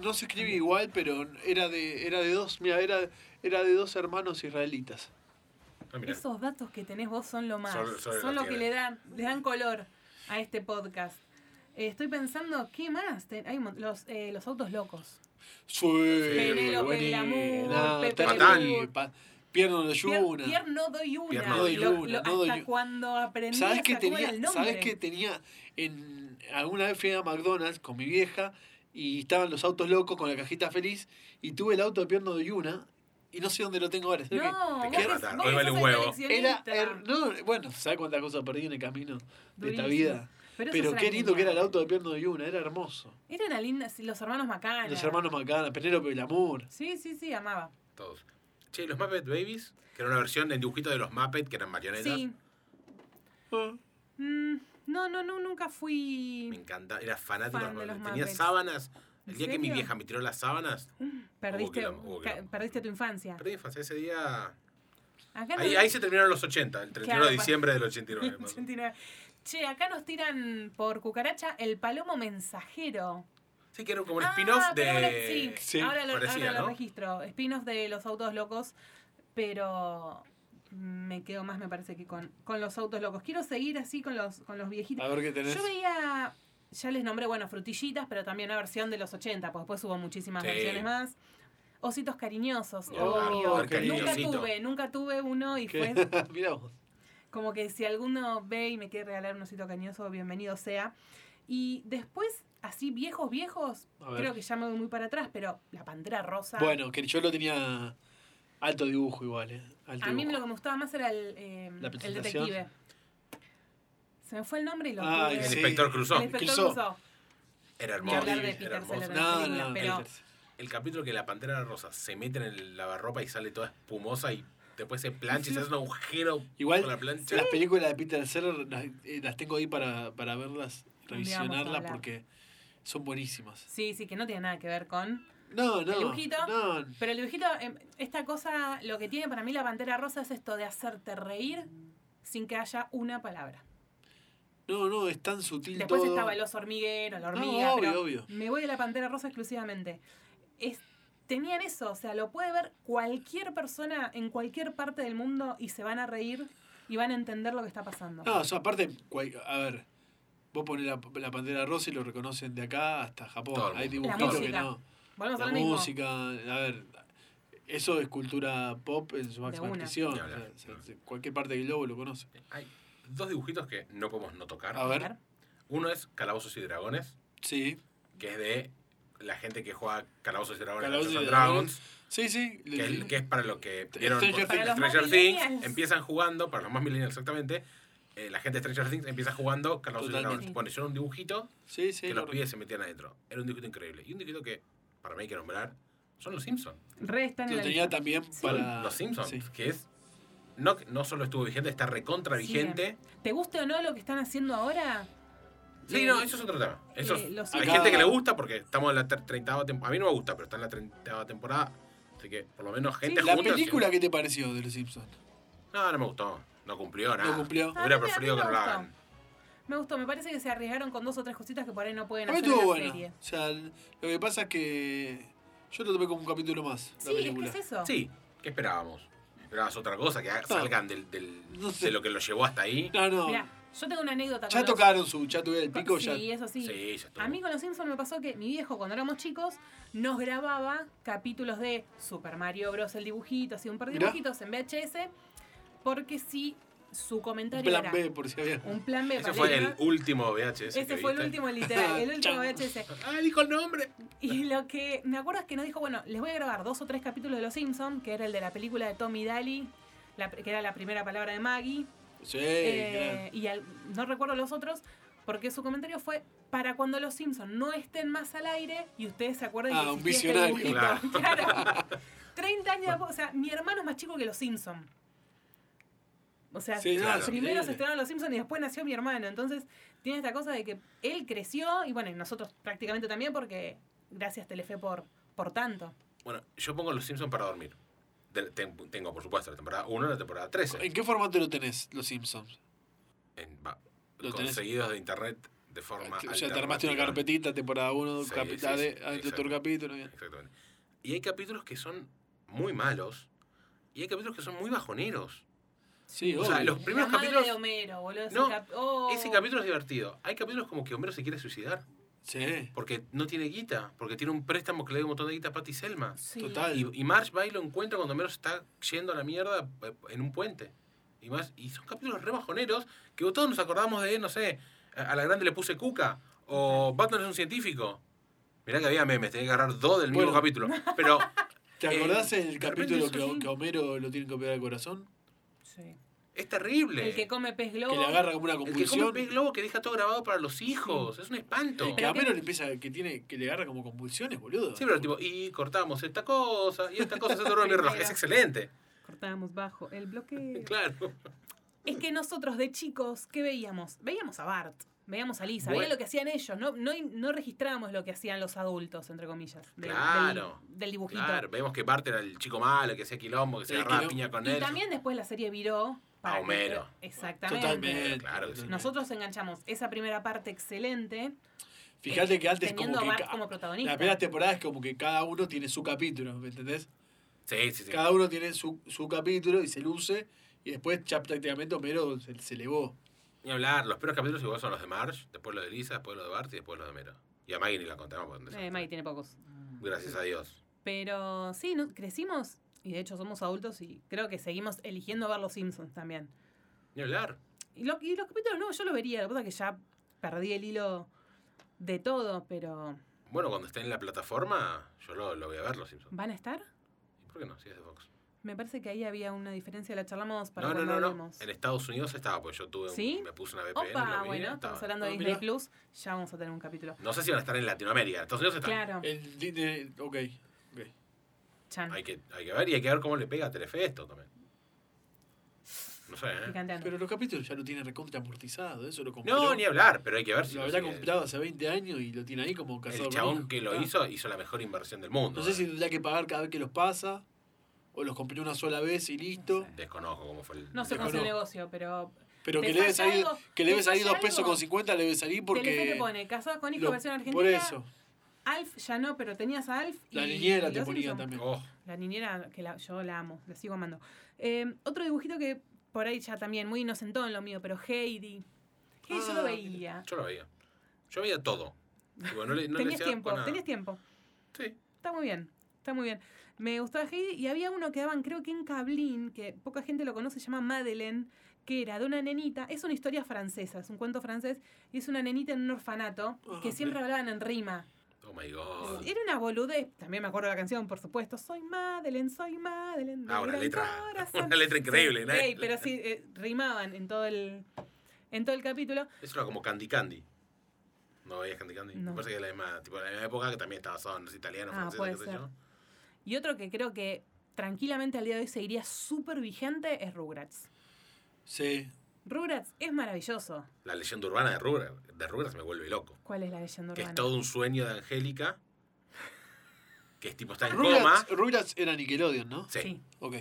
no se escribe igual, pero era de era de dos, mira, era era de dos hermanos israelitas. Ah, mirá. Esos datos que tenés vos son lo más. Sobre- sobre son la lo que tierra. le dan, le dan color a este podcast. Eh, estoy pensando, ¿qué más? Te- hay un mon- los, eh, los autos locos. Sí, Penélope buenísimo. Glamour, Pepe terrible. Lemur. Pa- Pierno de Yuna. Pier, Pier no doy una. Pier no doy Lo- una, lo- no doy hasta u- cuando aprendí ¿Sabes a que sacar tenía? el nombre. ¿Sabes que tenía? En, alguna vez fui a McDonald's con mi vieja y estaban los autos locos con la cajita feliz y tuve el auto de pierno de Yuna y no sé dónde lo tengo ahora. ¿sabes No, Te vos quiero sos- matar, vos hoy vale sos un el huevo. qué? Era, coleccionista. er- no, bueno, ¿sabes cuántas cosas perdí en el camino de esta Durísimo. vida? Pero Pero, eso será qué lindo que era el genial. auto de pierno de Yuna, era hermoso. Eran una linda, sí, los hermanos Macana. Los hermanos Macana, Penélope el amor. Sí, sí, sí, amaba. Todos. Che, ¿y los Muppet Babies, que era una versión del dibujito de los Muppet, que eran marionetas. Sí. Mm, no, no, no, nunca fui. Me encanta, era fanático Fan de de los Muppet. los Tenía Muppets. sábanas. El ¿En día que mi serio? Mm. vieja me tiró las sábanas, Perdiste, quilombo, hubo ca- quilombo. perdiste tu infancia. perdí infancia. Ese día. Acá Ahí, no- ahí se terminaron los 80, el 31 Claro, de pa- diciembre <laughs> del 89. más o menos. 89. Che, acá nos tiran por cucaracha el palomo mensajero. Sí, que era como un Ah, spin-off pero ahora- de. sí, Sí, ahora, lo, parecía, ahora lo ¿no? registro. Spin-off de los autos locos, pero me quedo más, me parece, que con, con los autos locos. Quiero seguir así con los, con los viejitos. A ver qué tenés. Yo veía, ya les nombré, bueno, frutillitas, pero también una versión de los 80, pues después hubo muchísimas Sí. versiones más. Ositos cariñosos, Ni hablar, obvio. ver Oh, Nunca cariñosito. tuve, nunca tuve uno y ¿Qué? fue <laughs> Mirá vos. como que si alguno ve y me quiere regalar un osito cariñoso, bienvenido sea. Y después, así viejos, viejos, A ver. creo que ya me voy muy para atrás, pero la pantera rosa. Bueno, que yo lo tenía alto dibujo igual, ¿eh? Alto a mí dibujo. lo que me gustaba más era el, eh, La el presentación. detective. Se me fue el nombre y lo Ay, tuve. El sí. inspector Cruzó. El inspector Cruzó. Cruzó. Era Ni hermoso. hablar de Era Peter hermoso. Sellers, No, la película, no, pero Peters. El capítulo que la pantera rosa se mete en el lavarropa y sale toda espumosa y después se plancha y se hace un agujero Igual, con la plancha. las películas de Peter Sellers las, eh, las tengo ahí para, para Un verlas, día vamos a revisionarlas hablar. porque son buenísimas. sí, sí, que no tiene nada que ver con. No, no. ¿El dibujito? No, Pero el dibujito, em, esta cosa, lo que tiene para mí la pantera rosa es esto de hacerte reír sin que haya una palabra. no, no, es tan sutil Después todo. estaba el oso hormiguero, la hormiga. obvio, pero obvio. Me voy a la Pantera Rosa exclusivamente. Es- tenían eso, o sea, lo puede ver cualquier persona en cualquier parte del mundo y se van a reír y van a entender lo que está pasando. No, o sea, aparte, cual- a ver, vos ponés la, la bandera rosa y lo reconocen de acá hasta Japón. Todo el Hay mundo. La dibujitos que música. no. Volvemos a La lo mismo. música, a ver, eso es cultura pop en su máxima una. expresión. Ni o sea, hablar. se- se- cualquier parte del globo lo conoce. Hay dos dibujitos que no podemos no tocar. A ver, Claro. Uno es Calabozos y Dragones, sí. que es de la gente que juega Calabozos y Dragones, Calabozos y Dungeons and Dragones. Dragons, Sí, sí. que es, que es para lo que vieron Stranger por- Things. Para los más millennials. Empiezan jugando, para los más millennials exactamente, eh, la gente de Stranger Things empieza jugando Calabozos y Totalmente. Dragones. Bueno, hicieron un dibujito Sí, sí. que los lo- pibes se metían adentro. Era un dibujito increíble. Y un dibujito que, para mí hay que nombrar, son los Simpsons. Re están en Lo la tenía lista. también Sí. para. Los Simpsons, sí. que es. No, no solo estuvo vigente, está recontra vigente. ¿Te guste o no lo que están haciendo ahora? Sí, Eh, no, eso es otro tema. Eso es- eh, los hay Simpsons. gente que le gusta porque estamos en la 30 temporada. A mí no me gusta, pero está en la 30 temporada. Así que por lo menos gente Sí, ¿La junta, película sí. qué te pareció de los Simpsons? No, no me gustó. No cumplió nada. No cumplió. Ah, Hubiera mira, preferido a mí que me no lo gustó. hagan. Me gustó, me parece que se arriesgaron con dos o tres cositas que por ahí no pueden A mí hacer estuvo en la buena. serie. O sea, l- lo que pasa es que. Yo lo tomé como un capítulo más, la Sí, es que película. es eso. Sí, ¿qué esperábamos? Esperabas otra cosa, que salgan del, del- No sé. de lo que los llevó hasta ahí. No, no. Mirá, yo tengo una anécdota ya con los- tocaron su. Ya tuvieron el pico, sí, ya. eso sí. Sí, ya estuvo. A mí con los Simpsons me pasó que mi viejo, cuando éramos chicos, nos grababa capítulos de Super Mario Bros. el dibujito, así un par de Mirá. dibujitos en VHS, porque sí, su Un comentario plan era B, por si había. un plan B. Ese para fue leer, el ¿no? último VHS. Ese que fue el viste. último, literal, <laughs> el último Chau. VHS. Ah, dijo el nombre. Y lo que me acuerdo es que nos dijo, bueno, les voy a grabar dos o tres capítulos de Los Simpsons, que era el de la película de Tommy Daly, la pr- que era la primera palabra de Maggie, Sí, Eh, y al- no recuerdo los otros, porque su comentario fue para cuando los Simpsons no estén más al aire y ustedes se acuerdan Ah, que un existía este visionario. dibujito. <laughs> Claro. 30 años después, o sea, mi hermano es más chico que los Simpsons. O sea, Sí, no, es primero increíble. se estrenaron los Simpsons y después nació mi hermano. Entonces, tiene esta cosa de que él creció y bueno, y nosotros prácticamente también, porque gracias Telefe por, por tanto. Bueno, yo pongo Los Simpsons para dormir. De- ten- tengo, por supuesto, la temporada 1 y la temporada 13. ¿En qué formato lo tenés, Los Simpsons? En- va- Lo tenés- conseguidos de internet de forma. Eh, O sea, te armaste una alternativa. carpetita, temporada 1, Sí, capítulo sí, sí, otro exacto. capítulo. bien. Exactamente. Y hay capítulos que son muy malos y hay capítulos que son muy bajoneros. Sí, O sea, obvio. los primeros la madre capítulos- de Homero, boludo. ese No, cap- oh. Ese capítulo es divertido. Hay capítulos como que Homero se quiere suicidar Sí, porque no tiene guita, porque tiene un préstamo que le da un montón de guita a Patty Selma. Sí. total. Y, y Marge va y lo encuentra cuando Homero se está yendo a la mierda eh, en un puente. Y, más, y son capítulos re bajoneros que todos nos acordamos de, no sé, a a la grande le puse cuca o Batman es un científico. Mirá que había memes, tenía que agarrar dos del mismo Bueno. capítulo. Pero ¿Te eh, acordás el de repente capítulo eso que, sí. que Homero lo tienen que operar al corazón? Sí. es terrible. El que come pez globo. Que le agarra como una El que come convulsión. pez globo que deja todo grabado para los hijos. Es un espanto. El que Pero a que- Homero le empieza, que tiene, que le agarra como convulsiones, boludo. Sí, pero tipo, y cortamos esta cosa, y esta cosa se tornó mi reloj. Es excelente. Cortábamos bajo el bloque. Claro. Es que nosotros de chicos, ¿qué veíamos? Veíamos a Bart, veíamos a Lisa, Bueno. veía lo que hacían ellos, no, no, no registrábamos lo que hacían los adultos, entre comillas, del- del- Claro. del, dibujito. Claro, vemos que Bart era el chico malo, que hacía quilombo, que se El agarraba a quilombo. piña con Y él. también después la serie viró. para A que- Homero. Exactamente. Totalmente. Claro que sí. Nosotros enganchamos esa primera parte excelente, Fíjate que antes como teniendo que a Bart ca- como protagonista. las primeras temporadas como que cada uno tiene su capítulo, ¿me entendés? Sí, sí, sí. Cada uno tiene su, su capítulo y se luce y después ya prácticamente Homero se, se elevó. Ni hablar, los primeros capítulos igual son los de Marge, después los de Lisa, después los de Bart y después los de Mero. Y a Maggie ni la contamos. porque no sé. Eh, Maggie tiene pocos. Gracias a Dios. Pero sí, ¿no? crecimos y de hecho somos adultos y creo que seguimos eligiendo ver Los Simpsons también. Ni hablar. Y, lo- y los capítulos nuevos yo lo vería, la cosa es que ya perdí el hilo de todo, pero Bueno, cuando esté en la plataforma, yo lo, lo voy a ver, los Simpsons. ¿van a estar? ¿Y por qué no? Si es de Fox. Me parece que ahí había una diferencia, la charlamos para No, no, cuando no, no. hablemos. En Estados Unidos estaba, pues yo tuve un- ¿Sí? me puse una VPN. lo Opa, vi, bueno, estaba. estamos hablando de Ah, Disney mirá. Plus, ya vamos a tener un capítulo. No sé si van a estar en Latinoamérica. en Estados Unidos están. Claro, El, Disney- ok, ok. Chan, Hay que, hay que ver y hay que ver cómo le pega a Telefe esto también. No sé, ¿eh? picanteando. Pero los capítulos ya lo tiene recontra amortizado, eso lo compró. No, ni hablar, pero hay que ver si Lo lo habrá sigue. comprado hace 20 años y lo tiene ahí como casado El con chabón hijos. que lo Ah. hizo hizo la mejor inversión del mundo. No sé si ¿eh? tendrá que pagar cada vez que los pasa o los compré una sola vez y listo. Desconozco cómo fue el. No sé Pero cómo es el no. negocio, pero Pero ¿Te que le debe falla salir, algo? que ¿Te le debe salir falla dos pesos algo? con 50 le debe salir porque Telefe te pone Casados con Hijos lo- versión argentina. por eso. Alf ya no, pero tenías a Alf y La niñera y te Los ponía Simpson. también. Oh, La niñera, que la- yo la amo, la sigo amando. Eh, otro dibujito que por ahí ya también, muy inocentón lo mío, pero Heidi. Heidi yo Ah, lo mira. veía. yo lo veía. Yo veía todo. Digo, no le- no le tenías hacía tiempo, con nada. tenías tiempo. Sí. Está muy bien, está muy bien. Me gustaba Heidi y había uno que daban, creo que en Cablín, que poca gente lo conoce, se llama Madeleine, que era de una nenita. Es una historia francesa, es un cuento francés, y es una nenita en un orfanato Ah, que siempre mira. hablaban en rima. Oh my god. Era una boludez, también me acuerdo la canción, por supuesto. Soy Madeleine, soy Madeleine. de Ah, una gran letra. corazón. <laughs> Una letra increíble, Sí, ¿no? ey, pero sí, eh, rimaban en todo el en todo el capítulo. Eso era como Candy Candy. ¿No veías Candy Candy? No. Me parece que es la misma, tipo, la misma época que también estaba basado en los italianos, Ah, franceses, puede qué sé ser. yo. Y otro que creo que tranquilamente al día de hoy seguiría súper vigente es Rugrats. Sí. Rugrats es maravilloso. La leyenda urbana de Rugrats, de Rugrats me vuelve loco. ¿Cuál es la leyenda Que urbana? es todo un sueño de Angélica. Que es tipo, está en coma. Rugrats, Rugrats era Nickelodeon, ¿no? Sí. Sí. Ok.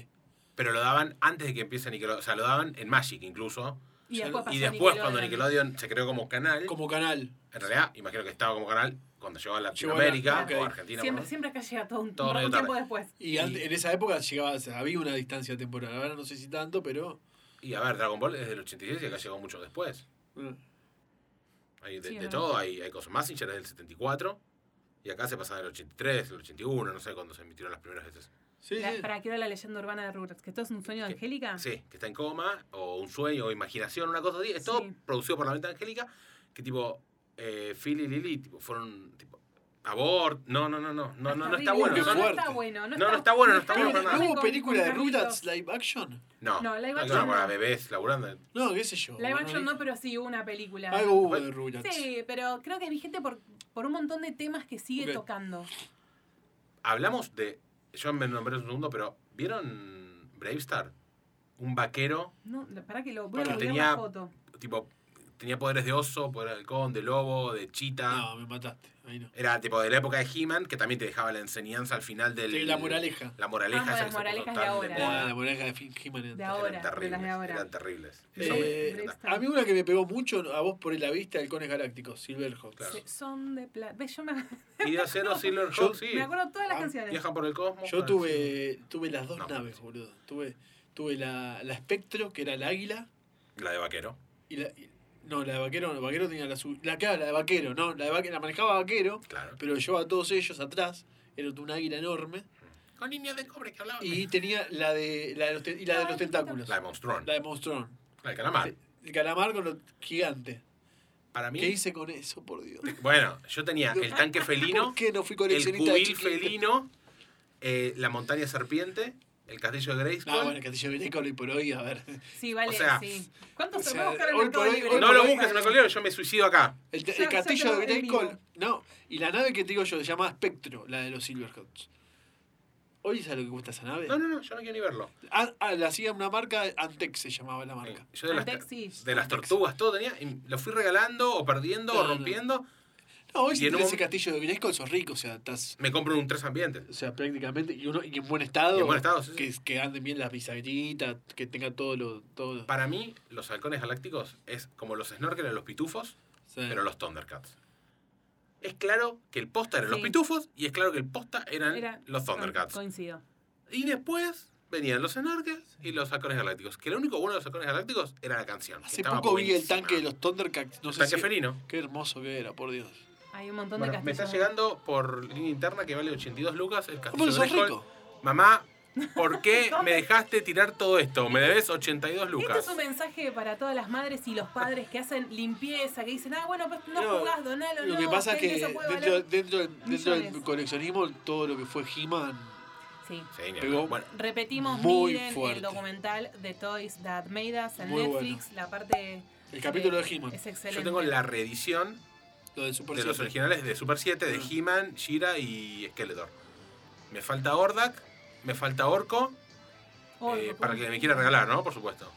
Pero lo daban antes de que empiece Nickelodeon. O sea, lo daban en Magic incluso. Y después, pasó Y después, Nickelodeon. cuando Nickelodeon se creó como canal, Como canal. en realidad, imagino que estaba como canal cuando llegó a Llegó a Latinoamérica la- o ok. Argentina. Siempre, por- siempre acá llega todo un, Todo un medio tiempo tarde. después. Y, an- en esa época llegaba, o sea, había una distancia temporal. Ahora no sé si tanto, pero. Y a ver, Dragon Ball es del 86 y acá llegó mucho después. eh, Hay de, Sí, de es todo, hay, hay cosas. Massinger es del 74 y acá se pasan del 83, el 81, no sé cuándo se emitieron las primeras veces. Sí, La- sí. ¿Para qué era la leyenda urbana de Rugrats? ¿Que todo es un sueño de Que- Angélica? Sí, que está en coma, o un sueño, o imaginación, una cosa así. Es todo Sí. producido por la mente de Angélica, que tipo, eh, Phil y Lily tipo, fueron, tipo, Abort. No, no, no, no. No, no, no está Terrible. bueno. Qué No, Son- no fuerte. está bueno. No, No, no está bueno, no está ¿No, bueno para bien nada. no hubo con- película de con perritos. Rugrats live action? No, No, live no, action para no. bebés laburando. No, qué sé yo. Live bueno, action no, pero sí hubo una película. Algo hubo de Rugrats. Sí, pero creo que hay gente por, por un montón de temas que sigue Ok. tocando. Hablamos de. Yo me nombré un segundo, pero ¿vieron Brave Star? Un vaquero, No, para que lo voy a Bueno, googlear tenía- la foto. tipo, tenía poderes de oso, poder de halcón, de lobo, de chita. No, Ah, me mataste. Ahí no. Era tipo de la época de He-Man, que también te dejaba la enseñanza al final del. Sí, la moraleja. Ah, La moraleja, Amo esa las que se puso moralejas de tan ahora. moda. La, la moraleja de Finn He-Man era- De Eran ahora, de las de terribles. ahora. Eran terribles. Eso me- Eh, Brave Star. a mí una que me pegó mucho, a vos por la vista, Halcones Galácticos, Silverhawks. Claro. Se- son de plata. ¿Ves? Yo me, Y de <laughs> acero Yo- Silverhawk, sí. me acuerdo todas las Ah, canciones. Viajan por el cosmos. Yo para el tuve tuve las dos No. naves, boludo. Tuve tuve la, la Spectro, que era el águila, cielo. La de vaquero. y la y- no, la de vaquero, no, vaquero tenía la su- la claro, la de vaquero, no, la de vaquero, la manejaba vaquero, Claro. pero llevaba a todos ellos atrás, era un águila enorme Con líneas de cobre que hablaban. y tenía la de la de los, te- y la de los tentáculos. La de Monstrón. La de Monstrón. La de Calamar. El calamar con los gigantes. Para ¿Qué mí. hice con eso, por Dios? Bueno, yo tenía el tanque felino, ¿Por <laughs> qué no fui el coleccionista de cubil chiquito? felino, eh, la montaña serpiente, el castillo de Grayskull. No, Ah, bueno, Castillo de Benécolo y por hoy, a ver. Sí, vale, O sea, sí. ¿Cuántos o se sea, va a buscar en hoy Mercado por hoy- Libre? hoy No por lo hoy- busques en el colero, yo me suicido acá. El, el Ya, castillo de sácalo en Benécolo, vivo. no. Y la nave que te digo yo se llamaba Spectro, la de los Silverhawks. ¿Hoy sabes lo que cuesta esa nave? No, no, no, yo no quiero ni verlo. Eh, Ah, ah, la hacía una marca, Antec se llamaba la marca. Yo de las, Antex, sí. de las tortugas, todo tenía, y lo fui regalando, o perdiendo, o No, no. rompiendo. No, hoy Y si en tenés un- ese castillo de Benécolo sos rico, o sea, estás... Me compro un tres ambientes. O sea, prácticamente, y, uno, y en buen estado. Y en buen estado, sí, que, que anden bien las bisagritas, que tenga todo lo... Todo lo- Para mí, los halcones galácticos es como los snorkel en los pitufos, o sea, pero los Thundercats. Es claro que el posta eran los Sí. pitufos y es claro que el posta eran Era- los Thundercats. Con- Coincido. Y después venían los snorkels y los halcones galácticos. Que lo único bueno de los halcones galácticos era la canción. que Hace estaba poco vi el buenísima. tanque de los Thundercats. No El sé tanque si- felino. Qué hermoso que era, por Dios. Hay un montón de Bueno, me castillos. está llegando por línea interna que vale 82 lucas el Ah, castillo Pero de sos Grayskull. rico. Mamá, <laughs> ¿por qué me dejaste tirar todo esto? Me debes 82 Este lucas. es un mensaje para todas las madres y los padres que hacen limpieza, que dicen, ah, bueno, pues no No, jugás, donalo, Lo no. que pasa es ten, que eso puede dentro, valer". dentro, del- dentro del millones. coleccionismo todo lo que fue He-Man Sí. Sí, ni Pegó. hablar. Bueno, Repetimos, Muy miren fuerte. el documental de Toys That Made Us en Muy Netflix, la parte... El capítulo de He-Man. Es excelente. yo tengo eh, la reedición Lo del Super de los 7. originales de Super 7, de Ah. He-Man, She-Ra y Skeletor. Me falta Ordak, me falta Orco, Oh, eh, ¿cómo para que se me llama? quiera regalar, ¿no? Por supuesto.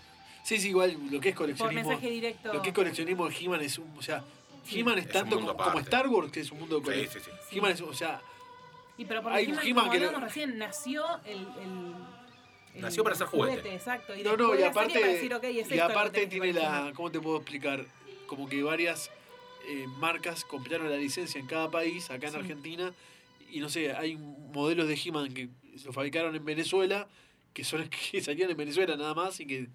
Sí, sí, igual lo que es Por coleccionismo. mensaje directo. Lo que es coleccionismo de He-Man es un. O sea, Sí. He-Man es Es tanto un mundo como, como aparte. Star Wars, que es un mundo de Sí, coleccionismo. sí, sí. sí. He-Man es, o sea, Y pero por Hay He-Man, He-Man como que no- hablamos recién, nació el... el- el Nació para hacer juguete. Exacto. Y no, no, después y la serie para aparte, decir, "Ok, es esto y lo que aparte tenés que tiene la, coleccionar". ¿cómo te puedo explicar? Como que varias eh, marcas compraron la licencia en cada país, acá en Sí. Argentina, y no sé, hay modelos de He-Man que lo fabricaron en Venezuela, que son <laughs> que salían en Venezuela nada más y que,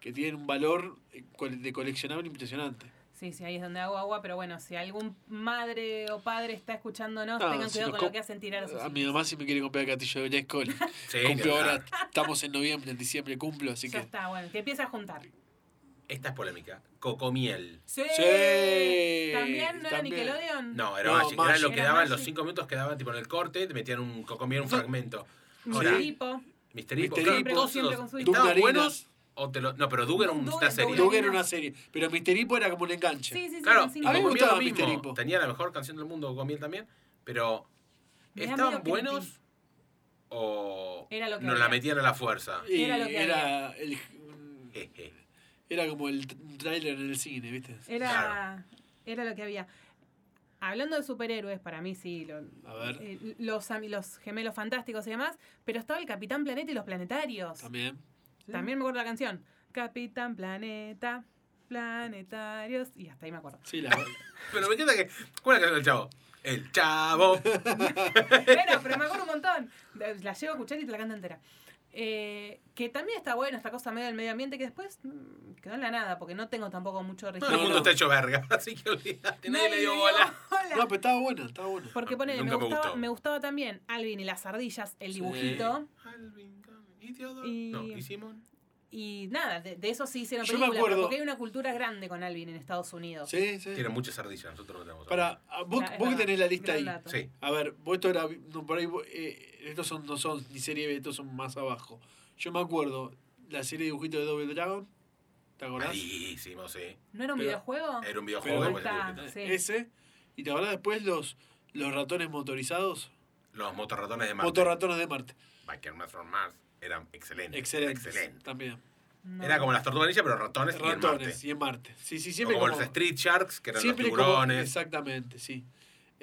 que tienen un valor eh, cole- de coleccionable impresionante. Sí, sí, ahí es donde hago agua, pero bueno, si algún madre o padre está escuchándonos, Ah, tengan si cuidado nos con lo com- que hacen tirar a sus A mi hijos. mamá sí me quiere comprar el castillo de Black Cole. Sí, ni Cumplo hablar. ahora, estamos en noviembre, en diciembre cumplo, así Ya que. está, bueno, que empieza a juntar. Esta es polémica. Cocomiel. Sí. Sí, ¿También no era también. Nickelodeon? No, era No, Magic. Era Magic. lo que Era daban los Magic. 5 minutos que daban tipo en el corte, te metían un cocomiel, un Sí. fragmento. Mr. Ahora, Hippo. Mister Hippo. Mr. Claro, Hippo. todos Siempre con esos su Doug estaban Darina. buenos o te lo- No, pero Doug era un- Doug, una Doug serie. Doug era una serie, pero Mister Hippo era como un enganche. Sí, sí, sí. Claro, con cinco A mí me Cocomiel minutos. gustaba lo Mister mismo. Hippo. Tenía la mejor canción del mundo, Cocomiel también, pero Me da ¿estaban medio creepy. buenos o Era lo que nos la había. metían a la fuerza? Y Era lo que era, el- Jeje. era como el trailer en el cine, ¿viste? Era, Claro. era lo que había. Hablando de superhéroes, para mí sí, lo- A ver. eh, los, ami- los gemelos fantásticos y demás, pero estaba el Capitán Planeta y los planetarios. También, También. me acuerdo la canción. Capitán Planeta, planetarios, y hasta ahí me <laughs> acuerdo. Sí, la Pero me encanta que. ¿Cuál es la canción del chavo? El chavo. Bueno, pero me acuerdo un montón. La llevo a escuchar y te la canto entera. Eh, que también está bueno esta cosa medio del medio ambiente que después mm, quedó en la nada, porque no tengo tampoco mucho Todo el registro. mundo <laughs> no. está hecho verga, <laughs> así que olvídate, nadie le dio bola. bola. No, pero estaba buena, estaba buena. Porque ponele, me, Nunca me gustaba, gustó. me gustaba también Alvin y las ardillas, el Sí. dibujito. Alvin, Gunn, ¿Y Theodore? Eh, Y- No, ¿y Simon? Y Y nada, de, de eso sí hicieron Yo me películas, pero acuerdo- porque hay una cultura grande con Alvin en Estados Unidos. Sí, sí. Tiene muchas ardillas, nosotros no tenemos. Para, ah, vos, Gra- es vos que verdad, tenés la lista gran ahí. dato. Sí. A ver, vos esto era. No, por ahí, vos, eh, estos son, no son ni serie B, estos son más abajo. Yo me acuerdo la serie de dibujitos de Double Dragon. ¿Te acordás? Rarísimo, sí. ¿No era un Pero- videojuego? Era un Pero- videojuego. Ahí pues, está. dibujito. Sí. Eh, Ese. ¿Y te acordás después los, los ratones motorizados? Los motorratones de Marte. Motorratones de Marte. Bikerman from Mars. Eran excelentes. Excelentes. Excelente. También. No. Era como las tortuganillas, pero ratones, y en ratones Marte. y en Marte. Sí, sí, O siempre como, los Street Sharks, que eran siempre los como- tiburones. exactamente, sí. Sí,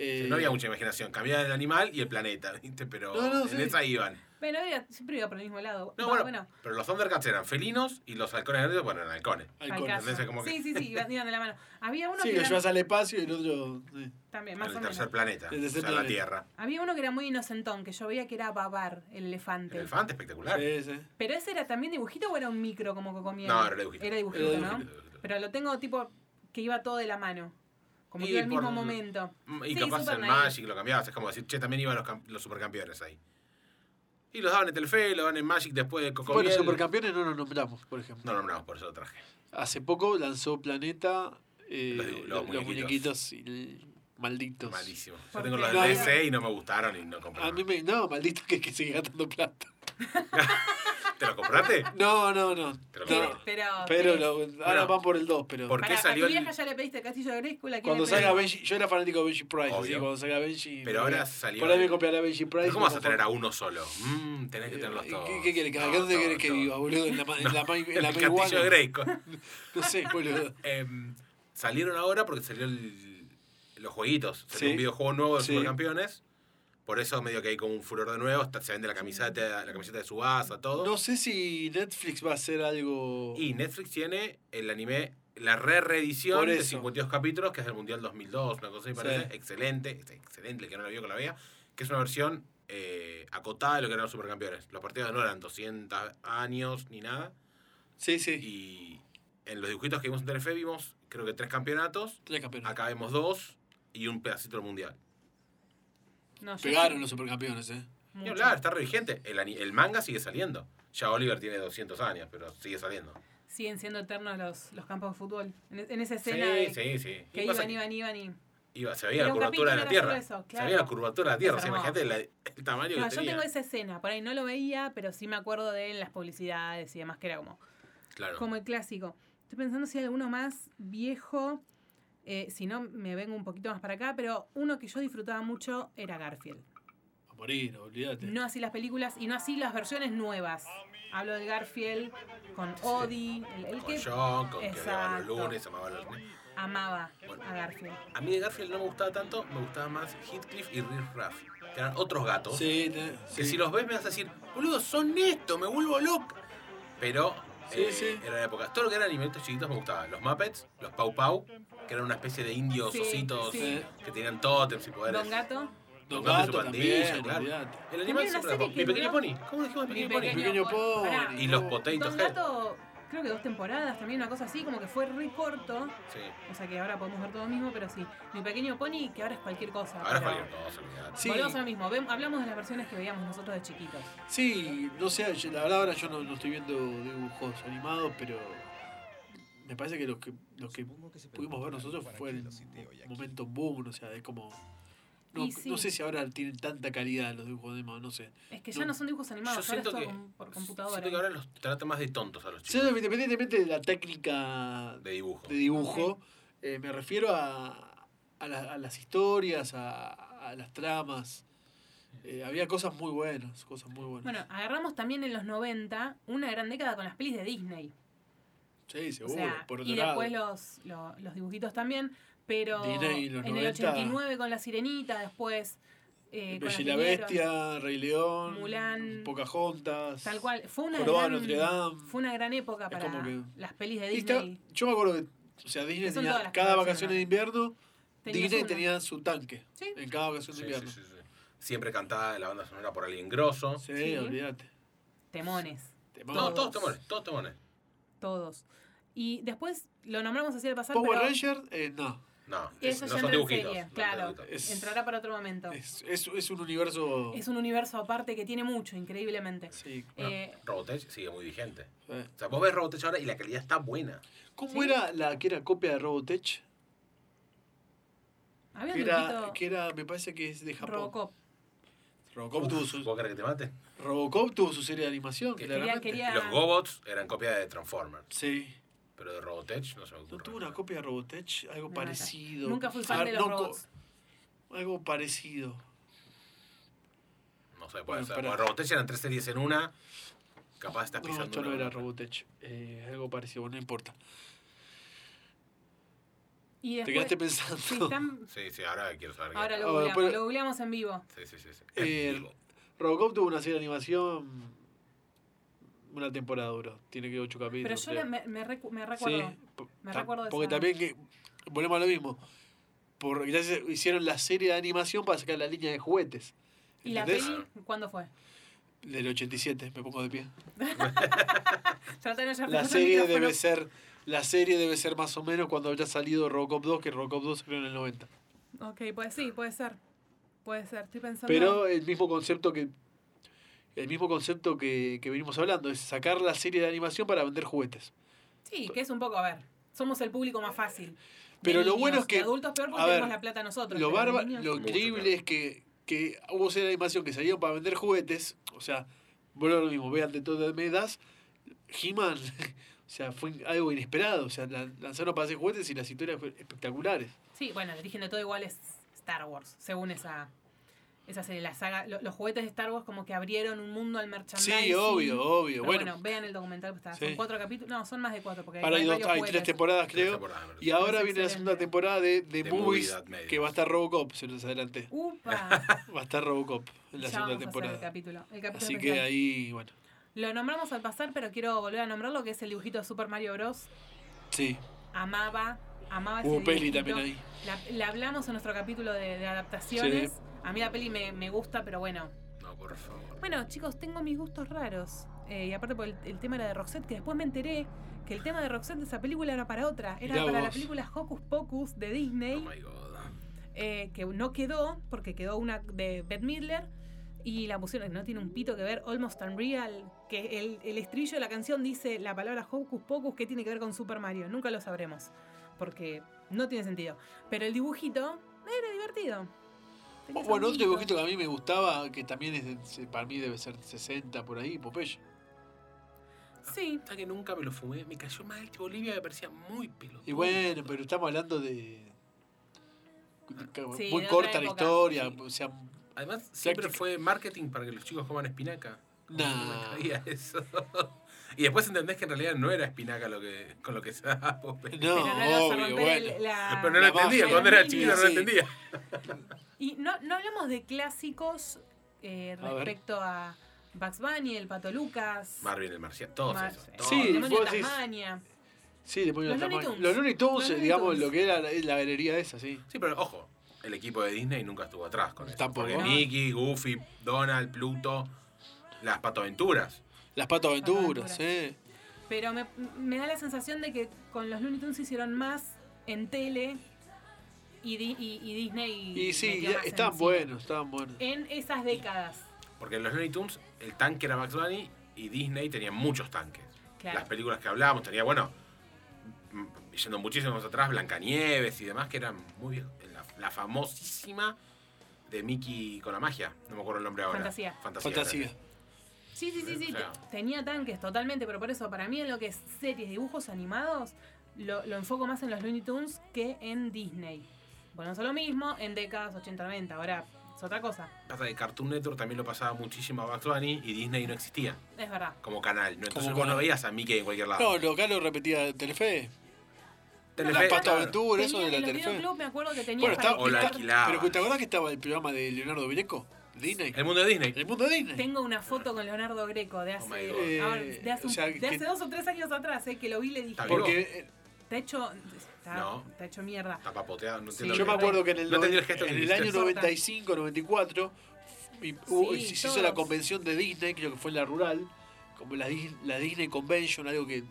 Eh, no había mucha imaginación. Cambiaban el animal y el planeta, ¿viste? Pero No, no, en sí. esa iban. Bueno, era- siempre iba por el mismo lado. No, Va, bueno, Pero los Thundercats eran felinos y los halcones verdes, bueno, eran halcones. al halcones. caso. Entonces, como que- Sí, sí, sí, iban iban de la mano. Había uno Sí, que lo era- llevas al espacio y el otro. sí. también, En más el o menos. tercer planeta, El tercer o sea, la planeta. Tierra. Había uno que era muy inocentón, que yo veía que era Babar, el El elefante. elefante espectacular. Sí, sí. Pero ese era también dibujito o era un micro como que comía. No, era dibujito. Era dibujito, Era ¿no? dibujito, dibujito. Pero lo tengo tipo que iba todo de la mano. Como que Y iba al por- mismo momento. Mm, Y Sí, capaz Super en Nine. Magic lo cambiabas. Es como decir, che, también iban los, cam- los supercampeones ahí. Y los daban en Telefe, los daban en Magic después de Coco Bueno, Biel. supercampeones no nos nombramos, por ejemplo. No, no, no, por eso lo traje. Hace poco lanzó Planeta eh, Los- los, los los muñequitos. muñequitos y l- malditos. Malísimo. Yo Porque- tengo los de No. DC y no me gustaron y no compré. A mí me. No, malditos que, que sigue gastando plata. ¿Te <laughs> los compraste? No, no, no. Te lo No, compro. Pero. pero lo- ahora Bueno. van por el 2, pero. Por- Pará, qué a tu salió el- vieja ya le pediste el castillo de Griscula. Cuando salga salga Benji, yo era fanático de Benji Price, así Obvio. que cuando salga Benji. Pero me- ahora salió Por ahí me el- copiará Benji Price. ¿Cómo vas a como- Eh, tener a uno solo? Mm, tenés que tenerlos todos. ¿Qué, qué quieres? que- No, ¿Acá dónde todos, querés que todos. viva, boludo? En la, ma- en la, ma- en En la el marihuana. castillo de Grayskull. No sé, boludo. Em, salieron ahora porque salió el- los jueguitos. Salió Sí. un videojuego nuevo de Sí. Supercampeones. Por eso medio que hay como un furor de nuevo. Hasta se vende la camiseta, la camiseta de Subasa, todo. No sé si Netflix va a hacer algo. Y Netflix tiene el anime, la re-reedición Por de eso. 52 capítulos, que es del Mundial 2002, una cosa así, Sí. parece excelente, es excelente, el que no la vio que la vea, que es una versión eh, acotada de lo que eran los supercampeones. Los partidos no eran 200 años ni nada, Sí, sí. y en los dibujitos que vimos en Telefe vimos, creo que tres campeonatos, Tres campeones. acá vemos dos y un pedacito del Mundial. No, yo- Pegaron los supercampeones, ¿eh? Y Mucho. hablar, está re vigente, el, ani- el manga sigue saliendo. Ya Oliver tiene 200 años, pero sigue saliendo. Siguen siendo eternos los, los campos de fútbol. En, en esa Sí, escena de- sí, sí. que Y pasa iban, que- iban, iban y. Iba, se veía Era la un curvatura de la capítulo Tierra. solo eso, Se claro. veía la curvatura de la Es Tierra. o sea, hermoso. imagínate la- el tamaño No, que yo tenía. tengo esa escena, por ahí no lo veía, pero sí me acuerdo de él en las publicidades y demás, que era como, Claro. como el clásico. Estoy pensando si hay alguno más viejo, eh, si no me vengo un poquito más para acá, pero uno que yo disfrutaba mucho era Garfield. A morir, olvídate. No así las películas y no así las versiones nuevas. Hablo del Garfield con Odie, el, el Con que John, con que odiaba los Exacto. lunes, amaba los lunes. amaba Bueno. a Garfield. A mí de Garfield no me gustaba tanto, me gustaba más Heathcliff y Riff Raff, que eran otros gatos. Sí, te- Que sí. si los ves me vas a decir, boludo, son esto, me vuelvo loca. Pero Sí, eh, sí. era la época. Todo lo que eran animalitos chiquitos me gustaba. Los Muppets, los Pau Pau, que eran una especie de indios Sí, ositos sí. que tenían tótems y poderes. Don Gato, Los Los gatos gatos y su pandilla, también, claro. olvídate. El animal Tenía una siempre era serie po- que Mi pequeño duró- pony. ¿Cómo dijimos mi Mi pequeño Pequeño Mi pony? pequeño Pony. pony. Pará. Y los potatoes Don Gato, creo que dos temporadas también, una cosa así, como que fue re corto. Sí. O sea que ahora podemos ver todo mismo, pero sí. Mi pequeño pony, que ahora es cualquier cosa. Ahora es pero cualquier cosa, olvidate. Sí, Volvemos a lo mismo. Vem- hablamos de las versiones que veíamos nosotros de chiquitos. sí, no sé, yo- la verdad ahora yo no, no estoy viendo dibujos animados, pero me parece que los que, los que pudimos ver nosotros fue el momento boom, o sea, es como... No, Y sí. no sé si ahora tienen tanta calidad los dibujos animados, no sé. Es que ya no son dibujos animados, Yo ahora es siento todo que, con- por siento que computadora. ahora los trata más de tontos a los Sí, chicos. independientemente de la técnica De dibujo. de dibujo, eh, me refiero a, a, la- a las historias, a, a las tramas. Eh, había cosas muy buenas, cosas muy buenas. Bueno, agarramos también en los 90 una gran década con las pelis de Disney. sí, O seguro, sea, por otro y lado. después los, lo- los dibujitos también. Pero Disney, los en el 90. 89 con La Sirenita, después eh, con Bella y las la Dineros. Bestia, Rey León, Mulan, Pocahontas. Tal cual. Fue una, Jorobado de gran, Notre Dame. fue una gran época para como que- las pelis de Y está- Disney. yo me acuerdo que, o sea, Disney Que son todas tenía, las cada canciones, vacaciones ¿no? de invierno, Tenías Disney una. tenía su tanque. Sí. En cada vacación Sí, de sí, invierno. sí, sí. Siempre cantada la banda sonora por alguien grosso. Sí, Sí. olvídate. Temones. Te No, mando- todos temones, todos temones. Todos. Y después lo nombramos así al pasar. Power pero Ranger, eh, no. No, es- Eso no ya son entra en dibujitos. serie, no, claro. dibujitos. Es- Entrará para otro momento. Es, es- es un universo. Es un universo aparte que tiene mucho, increíblemente. Sí. Bueno, Eh, Robotech sigue muy vigente. Eh. O sea, vos ves Robotech ahora y la calidad está buena. ¿Cómo era la que era copia de Robotech? Había un Que era, dibujito que era, me parece que es de Japón. Robocop. Robocop, tuvo, su, ¿Vos querés que te maten? Robocop tuvo su serie de animación, Quería- claramente. quería- Ya. Los Gobots eran copia de Transformers. Sí. Pero de Robotech no se me ocurre. ¿No tuvo una copia de Robotech? Algo Me mata. parecido. Nunca fui fan Ah, de los no, co- robots. Algo parecido. No sé, puede Bueno, ser. espera. Porque Robotech eran tres series en una. Capaz estás No, pisando. esto una- no era Robotech. Eh, algo parecido, bueno, no importa. Y Te después, quedaste si pensando. están- Sí, sí, ahora quiero saber. qué ahora era. lo Ah, googleamos, pero- lo googleamos en vivo. Sí, sí, sí. sí. Eh, En vivo. <laughs> Robocop tuvo una serie de animación. Una temporada duró. Tiene que ocho Pero capítulos. yo creo. la- me, me recu- me recuerdo. po- Me ta- recuerdo de Porque esa- también que, volvemos a lo mismo. Porque ya se hicieron la serie de animación para sacar la línea de juguetes. ¿Y la ¿Entendés? peli cuándo fue? <laughs> Del 87, me pongo de pie. Trata de no llevar La tanto serie micrófono. debe ser. La serie debe ser más o menos cuando haya salido Robocop 2, que Robocop 2 creo en el 90. Ok, pues sí, puede ser. Puede ser, estoy pensando. Pero el mismo concepto que. El mismo concepto que, que venimos hablando, es sacar la serie de animación para vender juguetes. Sí, que es un poco, a ver. Somos el público más fácil. Pero De lo bueno niños, es que- de adultos peor porque a ver, tenemos la plata nosotros. Lo, pero de barba, niños- lo Mucho, increíble claro. es que, que hubo series de animación que salieron para vender juguetes. O sea, vuelvo a lo mismo, vean de todas medidas. He-Man, <laughs> o sea, fue algo inesperado. O sea, la- lanzaron para hacer juguetes y las historias fueron espectaculares. Sí, bueno, el origen de todo igual es Star Wars, según esa, esa serie, la saga. lo- los juguetes de Star Wars como que abrieron un mundo al merchandising. Sí, obvio, obvio. Pero bueno, bueno, vean el documental, pues está, Sí. son cuatro capítulos. No, son más de cuatro, porque ahora hay, dos- varios hay juguetes. tres temporadas, Tres creo. temporadas, me parece. Y ahora Es viene la excelente. segunda temporada de, de De Movies, Movie That que va a estar Robocop, se los adelante. <laughs> ¡Upa! Va a estar Robocop en la ya segunda vamos a hacer el temporada. capítulo. El capítulo Así que especial. ahí, bueno, Lo nombramos al pasar, pero quiero volver a nombrarlo, que es el dibujito de Super Mario Bros. sí. Amaba, amaba ese Hubo peli dibujito. también ahí. La, la hablamos en nuestro capítulo de, de adaptaciones. A mí la peli me, me gusta, pero bueno. No, por favor. Bueno, chicos, tengo mis gustos raros. Eh, y aparte por el, el tema era de Roxette, que después me enteré que el tema de Roxette de esa película era para otra. Era Mirá para la vos. película Hocus Pocus de Oh Disney, my god. eh, que no quedó, porque quedó una de Beth Midler. Y la pusieron, que no tiene un pito que ver, Almost Unreal, que el, el estribillo de la canción dice la palabra Hocus Pocus, que tiene que ver con Super Mario? Nunca lo sabremos, porque no tiene sentido. Pero el dibujito era divertido. Tenías Oh, Bueno, un otro dibujito. dibujito que a mí me gustaba, que también es de- se- para mí debe ser 60 por ahí, Popeye. Sí, Hasta que nunca me lo fumé. Me cayó mal que Bolivia me parecía muy pelotudo. Y bueno, pero estamos hablando de. de- Sí, muy de otra corta la época. historia, Sí. o sea, Además, siempre Práctica. fue marketing para que los chicos coman espinaca. Nah. No me caía eso. <laughs> y después entendés que en realidad no era espinaca lo que, con lo que se daba Popeye. No, pero no le vas a obvio, romper el- bueno. la- Pero no lo La entendía, magia. cuando era Sí, chiquito no lo sí. entendía. Y no, no hablamos de clásicos eh, A ver. respecto a Bugs Bunny, el Pato Lucas, Marvin el Marciano, todos Mar- esos. eh, todos. Sí, el demonio de vos decís- Tasmania. Sí, después Los los, Looney Tunes. los Looney Tunes, Los Looney digamos, Tunes. lo que era la, la galería esa, sí. Sí, pero ojo, el equipo de Disney nunca estuvo atrás con eso. Tampoco. Porque Mickey, Goofy, Donald, Pluto, las patoaventuras. Las Pato Aventuras, Aventuras. ¿eh? Pero me, me da la sensación de que con los Looney Tunes hicieron más en tele y, Di- y- y Disney. Y sí, metió ya- más estaban encima. Eh, buenos, estaban buenos. En esas décadas. Porque en los Looney Tunes el tanque era Bugs Bunny y Disney tenía muchos tanques. Claro. Las películas que hablábamos tenía, bueno, mm, yendo muchísimo más atrás, Blancanieves y demás, que eran muy viejo- La, la famosísima de Mickey con la magia. No me acuerdo el nombre ahora. Fantasía. Fantasía. Fantasía. gracias. Sí, sí, sí, sí. O sea- te- tenía tanques totalmente, pero por eso, para mí en lo que es series, dibujos animados, lo, lo enfoco más en los Looney Tunes que en Disney. Bueno, es lo mismo en décadas 80-90, ahora es otra cosa. Pasa que Cartoon Network también lo pasaba muchísimo a Bugs Bunny y Disney no existía Es verdad. como canal. ¿no? Entonces Como vos no canal. veías a Mickey en cualquier lado. No, lo acá lo repetía Telefe. Telefe- Las Pato claro. Aventuras, eso Tenía de la en los Telefe. videoclub, me acuerdo que tenía Bueno, para está, O la alquilar. está- alquilabas. pero ¿te acordás que estaba el programa de Leonardo Vireco? Disney. El mundo de Disney. El mundo de Disney. Tengo una foto con Leonardo Greco de hace, Oh my God. ahora, de hace, Eh, o un- sea, de que- hace dos o tres años atrás, eh, que lo vi y le dije, Está bien. Porque eh, te ha hecho, está- No. te ha hecho mierda. Está papoteado, no Sí. entiendo yo lo me que- acuerdo que en el, No entendí noven- el gesto que en el hiciste. año Corta. 95, 94 y hubo- Sí, y se hizo todos. la convención de Disney, creo que fue en la rural, como la, Dis- la Disney Convention, algo que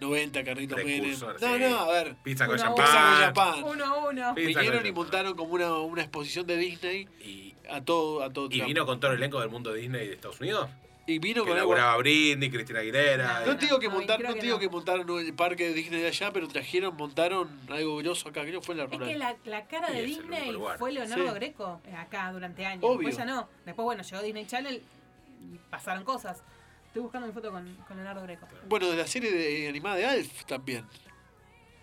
90, Carlitos Menem. Precursor, No, sí. no, a ver. Pizza con Una champán. Pizza con champán. Uno a uno. Sí. Pizza Vinieron con y montaron como una, una exposición de Disney Y, a todo, a todo y Trump. vino con todo el elenco del mundo Disney de Estados Unidos. Y vino Que con algo. laburaba Britney, Cristina Aguilera. No te digo que No, montar, creo no que te digo no. que montaron el parque de Disney de allá, pero trajeron, montaron algo grosso acá, creo que fue en la Es rural. que la, la cara Y de es el único Disney lugar. fue Leonardo Sí. Greco eh, acá durante años. Obvio. Después ya no. Después, bueno, llegó Disney Channel y pasaron cosas. Estoy buscando mi foto con, con Leonardo Greco. Bueno, de la serie de, animada de Alf también.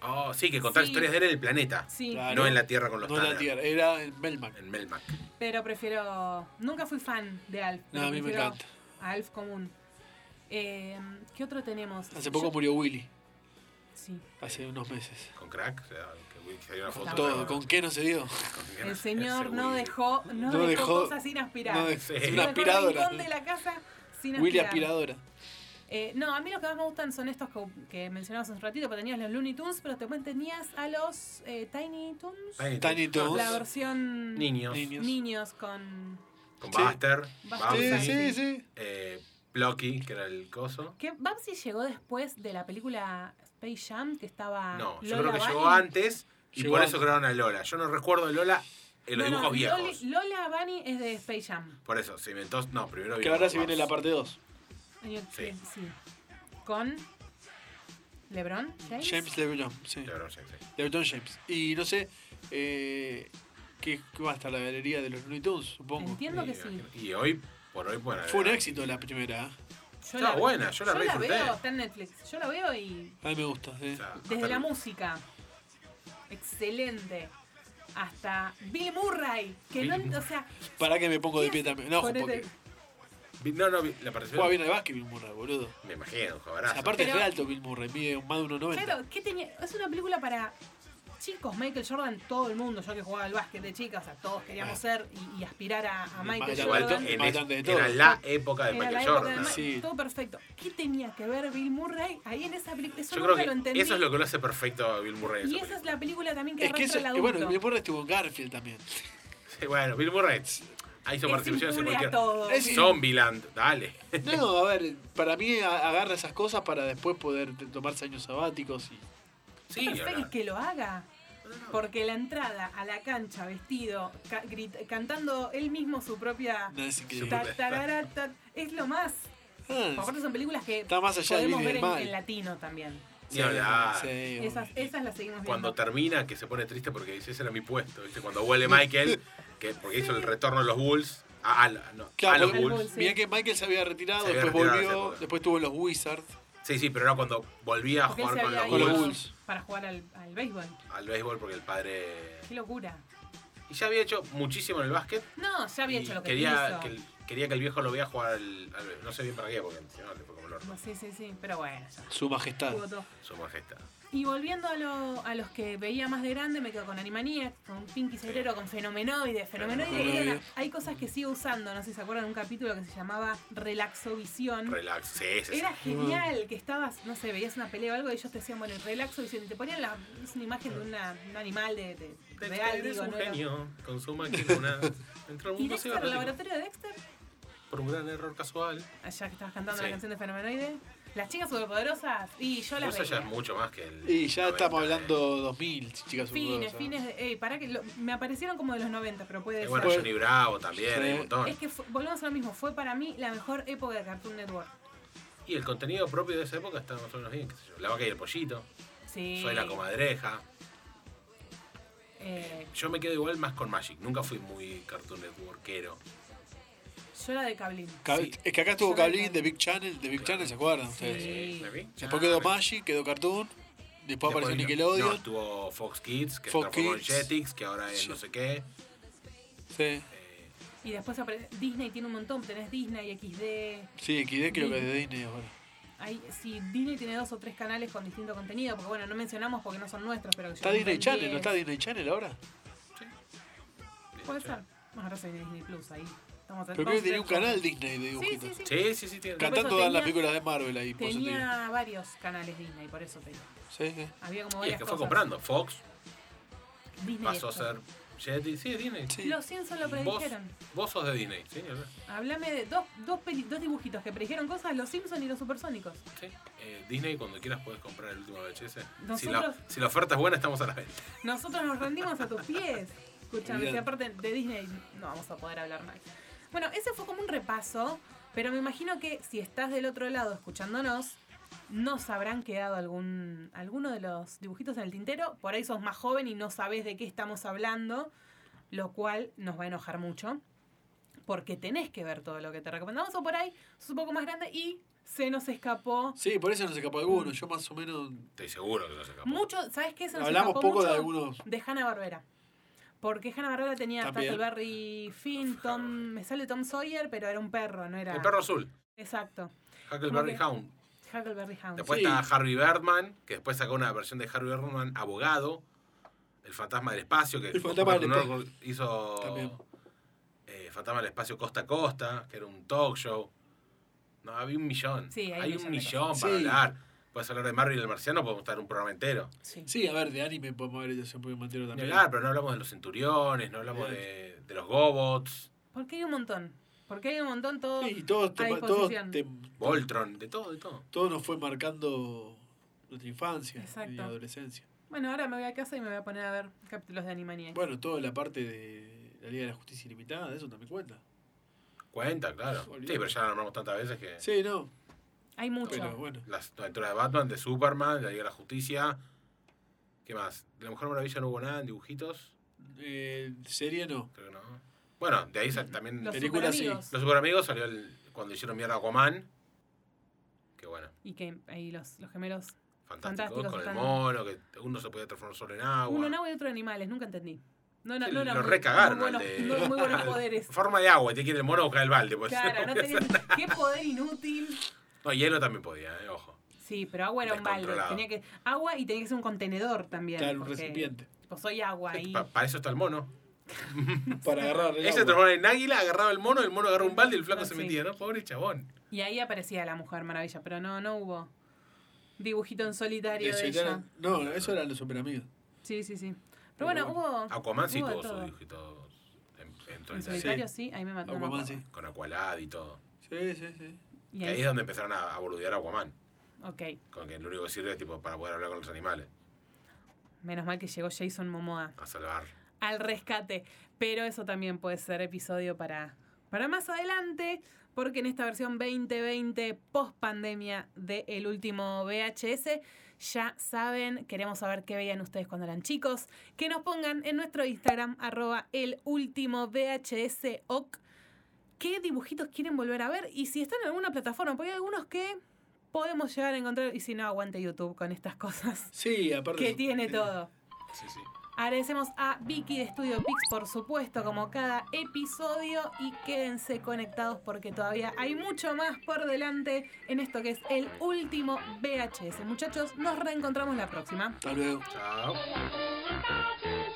Oh, sí, que contaba Sí. historias de él en el planeta. Sí, Claro. No en la Tierra con los No en la Tanner. Tierra, era en Melmac. En Melmac. pero prefiero. Nunca fui fan de Alf. pero a mí me prefiero encanta. A Alf común. Eh, ¿Qué otro tenemos? Hace poco Yo- murió Willy, Sí. hace unos meses. Con crack. O sea, que, que hay una foto. Todo, ¿con qué no se dio? El señor no dejó, no dejó, No dejó- cosas sin aspirar. No, No es Sí. es <laughs> dejó una el aspiradora. rincón de la casa sin aspirar. Willy aspiradora. Eh, no, a mí los que más me gustan son estos que, que mencionabas hace un ratito, porque tenías los Looney Tunes, pero después tenías a los eh, Tiny Tunes. Tiny Toons. La versión Niños. Niños. niños con... Con Sí. Buster. Buster. Bamsi, Sí, sí, sí. eh, Plucky, que era el coso. Que Babsy llegó después de la película Space Jam, que estaba... No, yo Ah, Lola creo que llegó Bunny. antes y Llegó por antes. eso crearon a Lola. Yo no recuerdo a Lola en los No, no, dibujos viejos. Loli- Lola Bunny es de Space Jam. Por eso, se inventó. No, primero Que vino ahora se Bamsi. viene la parte 2. Año- Sí. Eh, sí. Con... LeBron James. James LeBron, sí. LeBron James, sí. LeBron James. Y no sé, eh, ¿qué, qué va a estar la galería de los Looney Tunes, supongo? Entiendo que Y- sí. Y hoy, por hoy, bueno. Fue un éxito la primera. ¿eh? Yo Está buena, yo la la re disfruté. veo, está en Netflix. Yo la veo y A mí me gusta, sí. o sea, Desde hasta- la música. Excelente. Hasta Bill Murray. Que Bill no, Murray. o sea, Para que me pongo de pie ¿Quién? también. No, ojo, Ponete- porque Vi- No, no, vi- la aparición. juega bien al básquet Bill Murray, boludo. Me imagino, jugadorazo. Aparte es Pero- re alto Bill Murray, mide más de 1,90. claro, ¿qué tenía? Es una película para chicos. Michael Jordan, todo el mundo. Yo que jugaba al básquet de chicas, o sea, todos queríamos ser y, y aspirar a, a Michael Ah. Michael Igual, Jordan. Jordan. en Más es- grande de era todos. la época de Era la Michael época de Jordan. Ma- Sí. Todo perfecto. ¿Qué tenía que ver Bill Murray ahí en esa película? Eso Yo nunca creo lo que entendí. eso es lo que lo hace perfecto a Bill Murray. en y esa esa es la película también que Es que arrastra eso, el eh, adulto. bueno, Bill Murray estuvo en Garfield también. Sí, bueno, Bill Murray ah, hizo Es participaciones en impune a cualquier. todos. Es- Zombieland, <laughs> dale. No, a ver, para mí a- agarra esas cosas para después poder t- tomarse años sabáticos y Sí, Perfecto, ahora. es que lo haga. Porque la entrada a la cancha vestido, ca- grit- cantando él mismo su propia... nada es increíble. ta- tarara, ta- es lo más. Ah, Aparte son películas que Está más allá de podemos Vive ver el en, Mal. en latino también. Ni hablar. sí, Esas, hombre. esas las seguimos viendo. Cuando termina, que se pone triste porque dice, ese era mi puesto. ¿viste? Cuando huele Michael, que porque hizo el retorno a los Bulls. A, a la- no, Claro, a los porque- Bulls. Bulls, sí. Mirá que Michael se había retirado, Se había después retirado hace volvió, poco. después estuvo en los Wizards, Sí, sí, pero era cuando volvía a Porque él se jugar con había los Con los ido Bulls. Bulls. Para jugar al, al béisbol. Al béisbol porque el padre... Qué locura. Y ya había hecho muchísimo en el básquet. No, ya había y hecho lo que quería, quiso. que el, quería que el viejo lo vea jugar al, al- No sé bien para qué, porque si no, le fue como el orto. No, sí, sí, sí. Pero bueno, ya su majestad. jugó todo. Su majestad. Y volviendo a, lo- a los que veía más de grande, me quedo con Animaniacs, con Pinky Cerebro, con Fenomenoide. Fenomenoide, Fenomenoide. era- hay cosas que sigo usando, no sé si se acuerdan de un capítulo que se llamaba Relaxovisión. Relax. Sí, sí, sí. Mm. Era genial que estabas, no sé, veías una pelea o algo y ellos te decían, bueno, el relaxo, y te ponían la, es una imagen de una- un animal de, de- real, Dexter es digo, un no era- genio, con <laughs> su máquina. Entró ¿Y al mundo Dexter, el cibernético laboratorio de Dexter? por un gran error casual. Allá que estabas cantando Sí. la canción de Fenomenoide. Las chicas superpoderosas, y yo las Vos veía. allá es mucho más que el. Y ya 90, estamos eh. hablando 2000, chicas. Fines, superpoderosas. fines de... Ey, pará que lo- me aparecieron como de los 90, pero puede Eh, ser. bueno, Fue- Johnny Bravo también, Sí. hay un montón. Es que fu- volvemos a lo mismo, fue para mí la mejor época de Cartoon Network. Y el contenido propio de esa época está más o menos bien, qué sé yo. La vaca y el pollito, Sí. soy la comadreja. Eh, Yo me quedo igual más con Magic, nunca fui muy Cartoon Networkero. yo la de Cablín. Cab- Sí. Es que acá estuvo Cablín de Big Channel, de Big Channel, ¿se acuerdan ustedes? Sí. Eh, ¿Me vi? Después quedó Magic, quedó Cartoon, después apareció Después- Nickelodeon. No, tuvo Fox Kids, que Fox se transformó en Kids. Jetix, que ahora es Sí. no sé qué. Sí, Eh, Y después apare- Disney tiene un montón, tenés Disney, XD. sí, XD creo que es de Disney ahora. Hay, sí, Disney tiene dos o tres canales con distinto contenido, porque bueno, no mencionamos porque no son nuestros, pero que Está yo Disney compré Channel, ¿no 10. está Disney Channel ahora? Puede ser. Bueno, ahora soy de Disney Plus ahí. Estamos Pero creo vamos que tenía a- un canal Disney de Sí, dibujitos. sí, sí. Sí, sí, sí, tiene. Por Cantando eso dan las tenía- películas de Marvel ahí, por eso te digo. Tenía varios canales Disney, por eso te digo. Sí, sí. Había como Y varias es que fue cosas. comprando. Fox Disney pasó a esto. ser Ya te- Sí, es Disney. Sí. Los 100 son lo Vos, predijeron. vos sos de Disney, ¿sí? Háblame de dos, dos, peli- dos dibujitos que predijeron cosas, los Simpsons y los supersónicos. Sí. Eh, Disney, cuando quieras, puedes comprar el último VHS. Si la, Nosotros- si la oferta es buena, estamos a la venta. Nosotros nos rendimos a tus pies. Escuchame, Bien. si aparte de Disney no vamos a poder hablar mal. Bueno, ese fue como un repaso, pero me imagino que si estás del otro lado escuchándonos, nos habrán quedado algún, alguno de los dibujitos en el tintero. Por ahí sos más joven y no sabés de qué estamos hablando, lo cual nos va a enojar mucho, porque tenés que ver todo lo que te recomendamos. O por ahí sos un poco más grande y se nos escapó. Sí, por eso nos escapó alguno. Yo más o menos Estoy seguro que no se escapó. Mucho, ¿sabes qué? Se nos hablamos escapó poco de mucho. algunos. De Hanna Barbera. Porque Hanna Barbera tenía También. Huckleberry Finn, Tom. Me sale Tom Sawyer, pero era un perro, no era. El perro azul, Exacto. Huckleberry Como Hound. Huckleberry Hound. Después Sí. está Harvey Birdman, que después sacó una versión de Harvey Birdman abogado. El fantasma del espacio, que El fantasma del Conan hizo También. eh, Fantasma del espacio Costa a Costa, que era un talk show. No, había un millón. Sí, hay hay un un millón millón para Sí. hablar. Puedes hablar de Marvel y el marciano, podemos estar un programa entero. Sí. Sí, a ver, de anime podemos ver el un Mantero Ni también. hablar, pero no hablamos de los centuriones, no hablamos de, de los Gobots, Porque hay un montón. Porque hay un montón todo. Sí, y todos, te- a todos, disposición. te- Voltron, de todo, de todo. todo nos fue marcando nuestra infancia y Exacto. adolescencia. Bueno, ahora me voy a casa y me voy a poner a ver capítulos de Animaniacs. Bueno, toda la parte de la Liga de la Justicia Ilimitada, eso también cuenta. Cuenta, claro. Sí, Olvídate. pero ya lo nombramos tantas veces que. Sí, no, hay mucho. pero bueno. Las aventuras de Batman, de Superman, de la Liga de la Justicia. ¿Qué más? De la Mujer Maravilla no hubo nada en dibujitos. Eh, serie no. Creo que no. Bueno, de ahí sal- también. Mm, los Los, películas, sí. superamigos. Super Amigos salió el- cuando hicieron mierda a Aquaman. Que bueno, Y que ahí los, los gemelos. fantástico. Fantásticos con el están. mono, que uno se podía transformar solo en agua. Uno en agua y otro en animales, nunca entendí. No, era- Ah, Sí, no, lo eran muy- recagaron. Muy buenos, al de- no- muy <laughs> buenos poderes. Forma de agua, y te quiere el mono a buscar el balde. Pues. <laughs> Claro, no tenía. Qué poder inútil. No, hielo también podía, eh, ojo. Sí, pero agua era un balde. Descontrolado. Tenía que, agua y tenía que ser un contenedor también. Claro, un porque, <laughs> recipiente. Tipo, soy agua y Este, Pa- para eso está el mono. Para agarrar. el Ella se agua. transformaba en águila, agarraba el mono, el mono agarraba un balde y el flaco Ah, se sí. metía, ¿no? Pobre chabón. Y ahí aparecía la Mujer Maravilla, pero no, no hubo dibujito en solitario de, Ese ella. era- No, eso eran los superamigos. Sí, sí, sí. Pero bueno, hubo. Aquaman sí hubo de tuvo sus todo. dibujitos en, en En solitario. solitario sí, ahí me mató. no me Aquaman, acuerdo. sí. Con Aqualad y todo. Sí, sí, sí. Y Que ahí ahí, es donde empezaron a, a boludear a Aquaman. ok. Con que lo único que sirve es tipo para poder hablar con los animales. Menos mal que llegó Jason Momoa A salvar. al rescate. Pero eso también puede ser episodio para, para más adelante, porque en esta versión 2020, post pandemia de El último VHS, ya saben, queremos saber qué veían ustedes cuando eran chicos, que nos pongan en nuestro Instagram, arroba el último VHS oc, qué dibujitos quieren volver a ver y si están en alguna plataforma, porque hay algunos que podemos llegar a encontrar, y si no, aguante YouTube con estas cosas Sí, aparte. que tiene todo. Sí, sí. Agradecemos a Vicky de Estudio Pix, por supuesto, como cada episodio. Y quédense conectados porque todavía hay mucho más por delante en esto que es el último VHS. Muchachos, nos reencontramos la próxima. Hasta luego. Chao. Without you,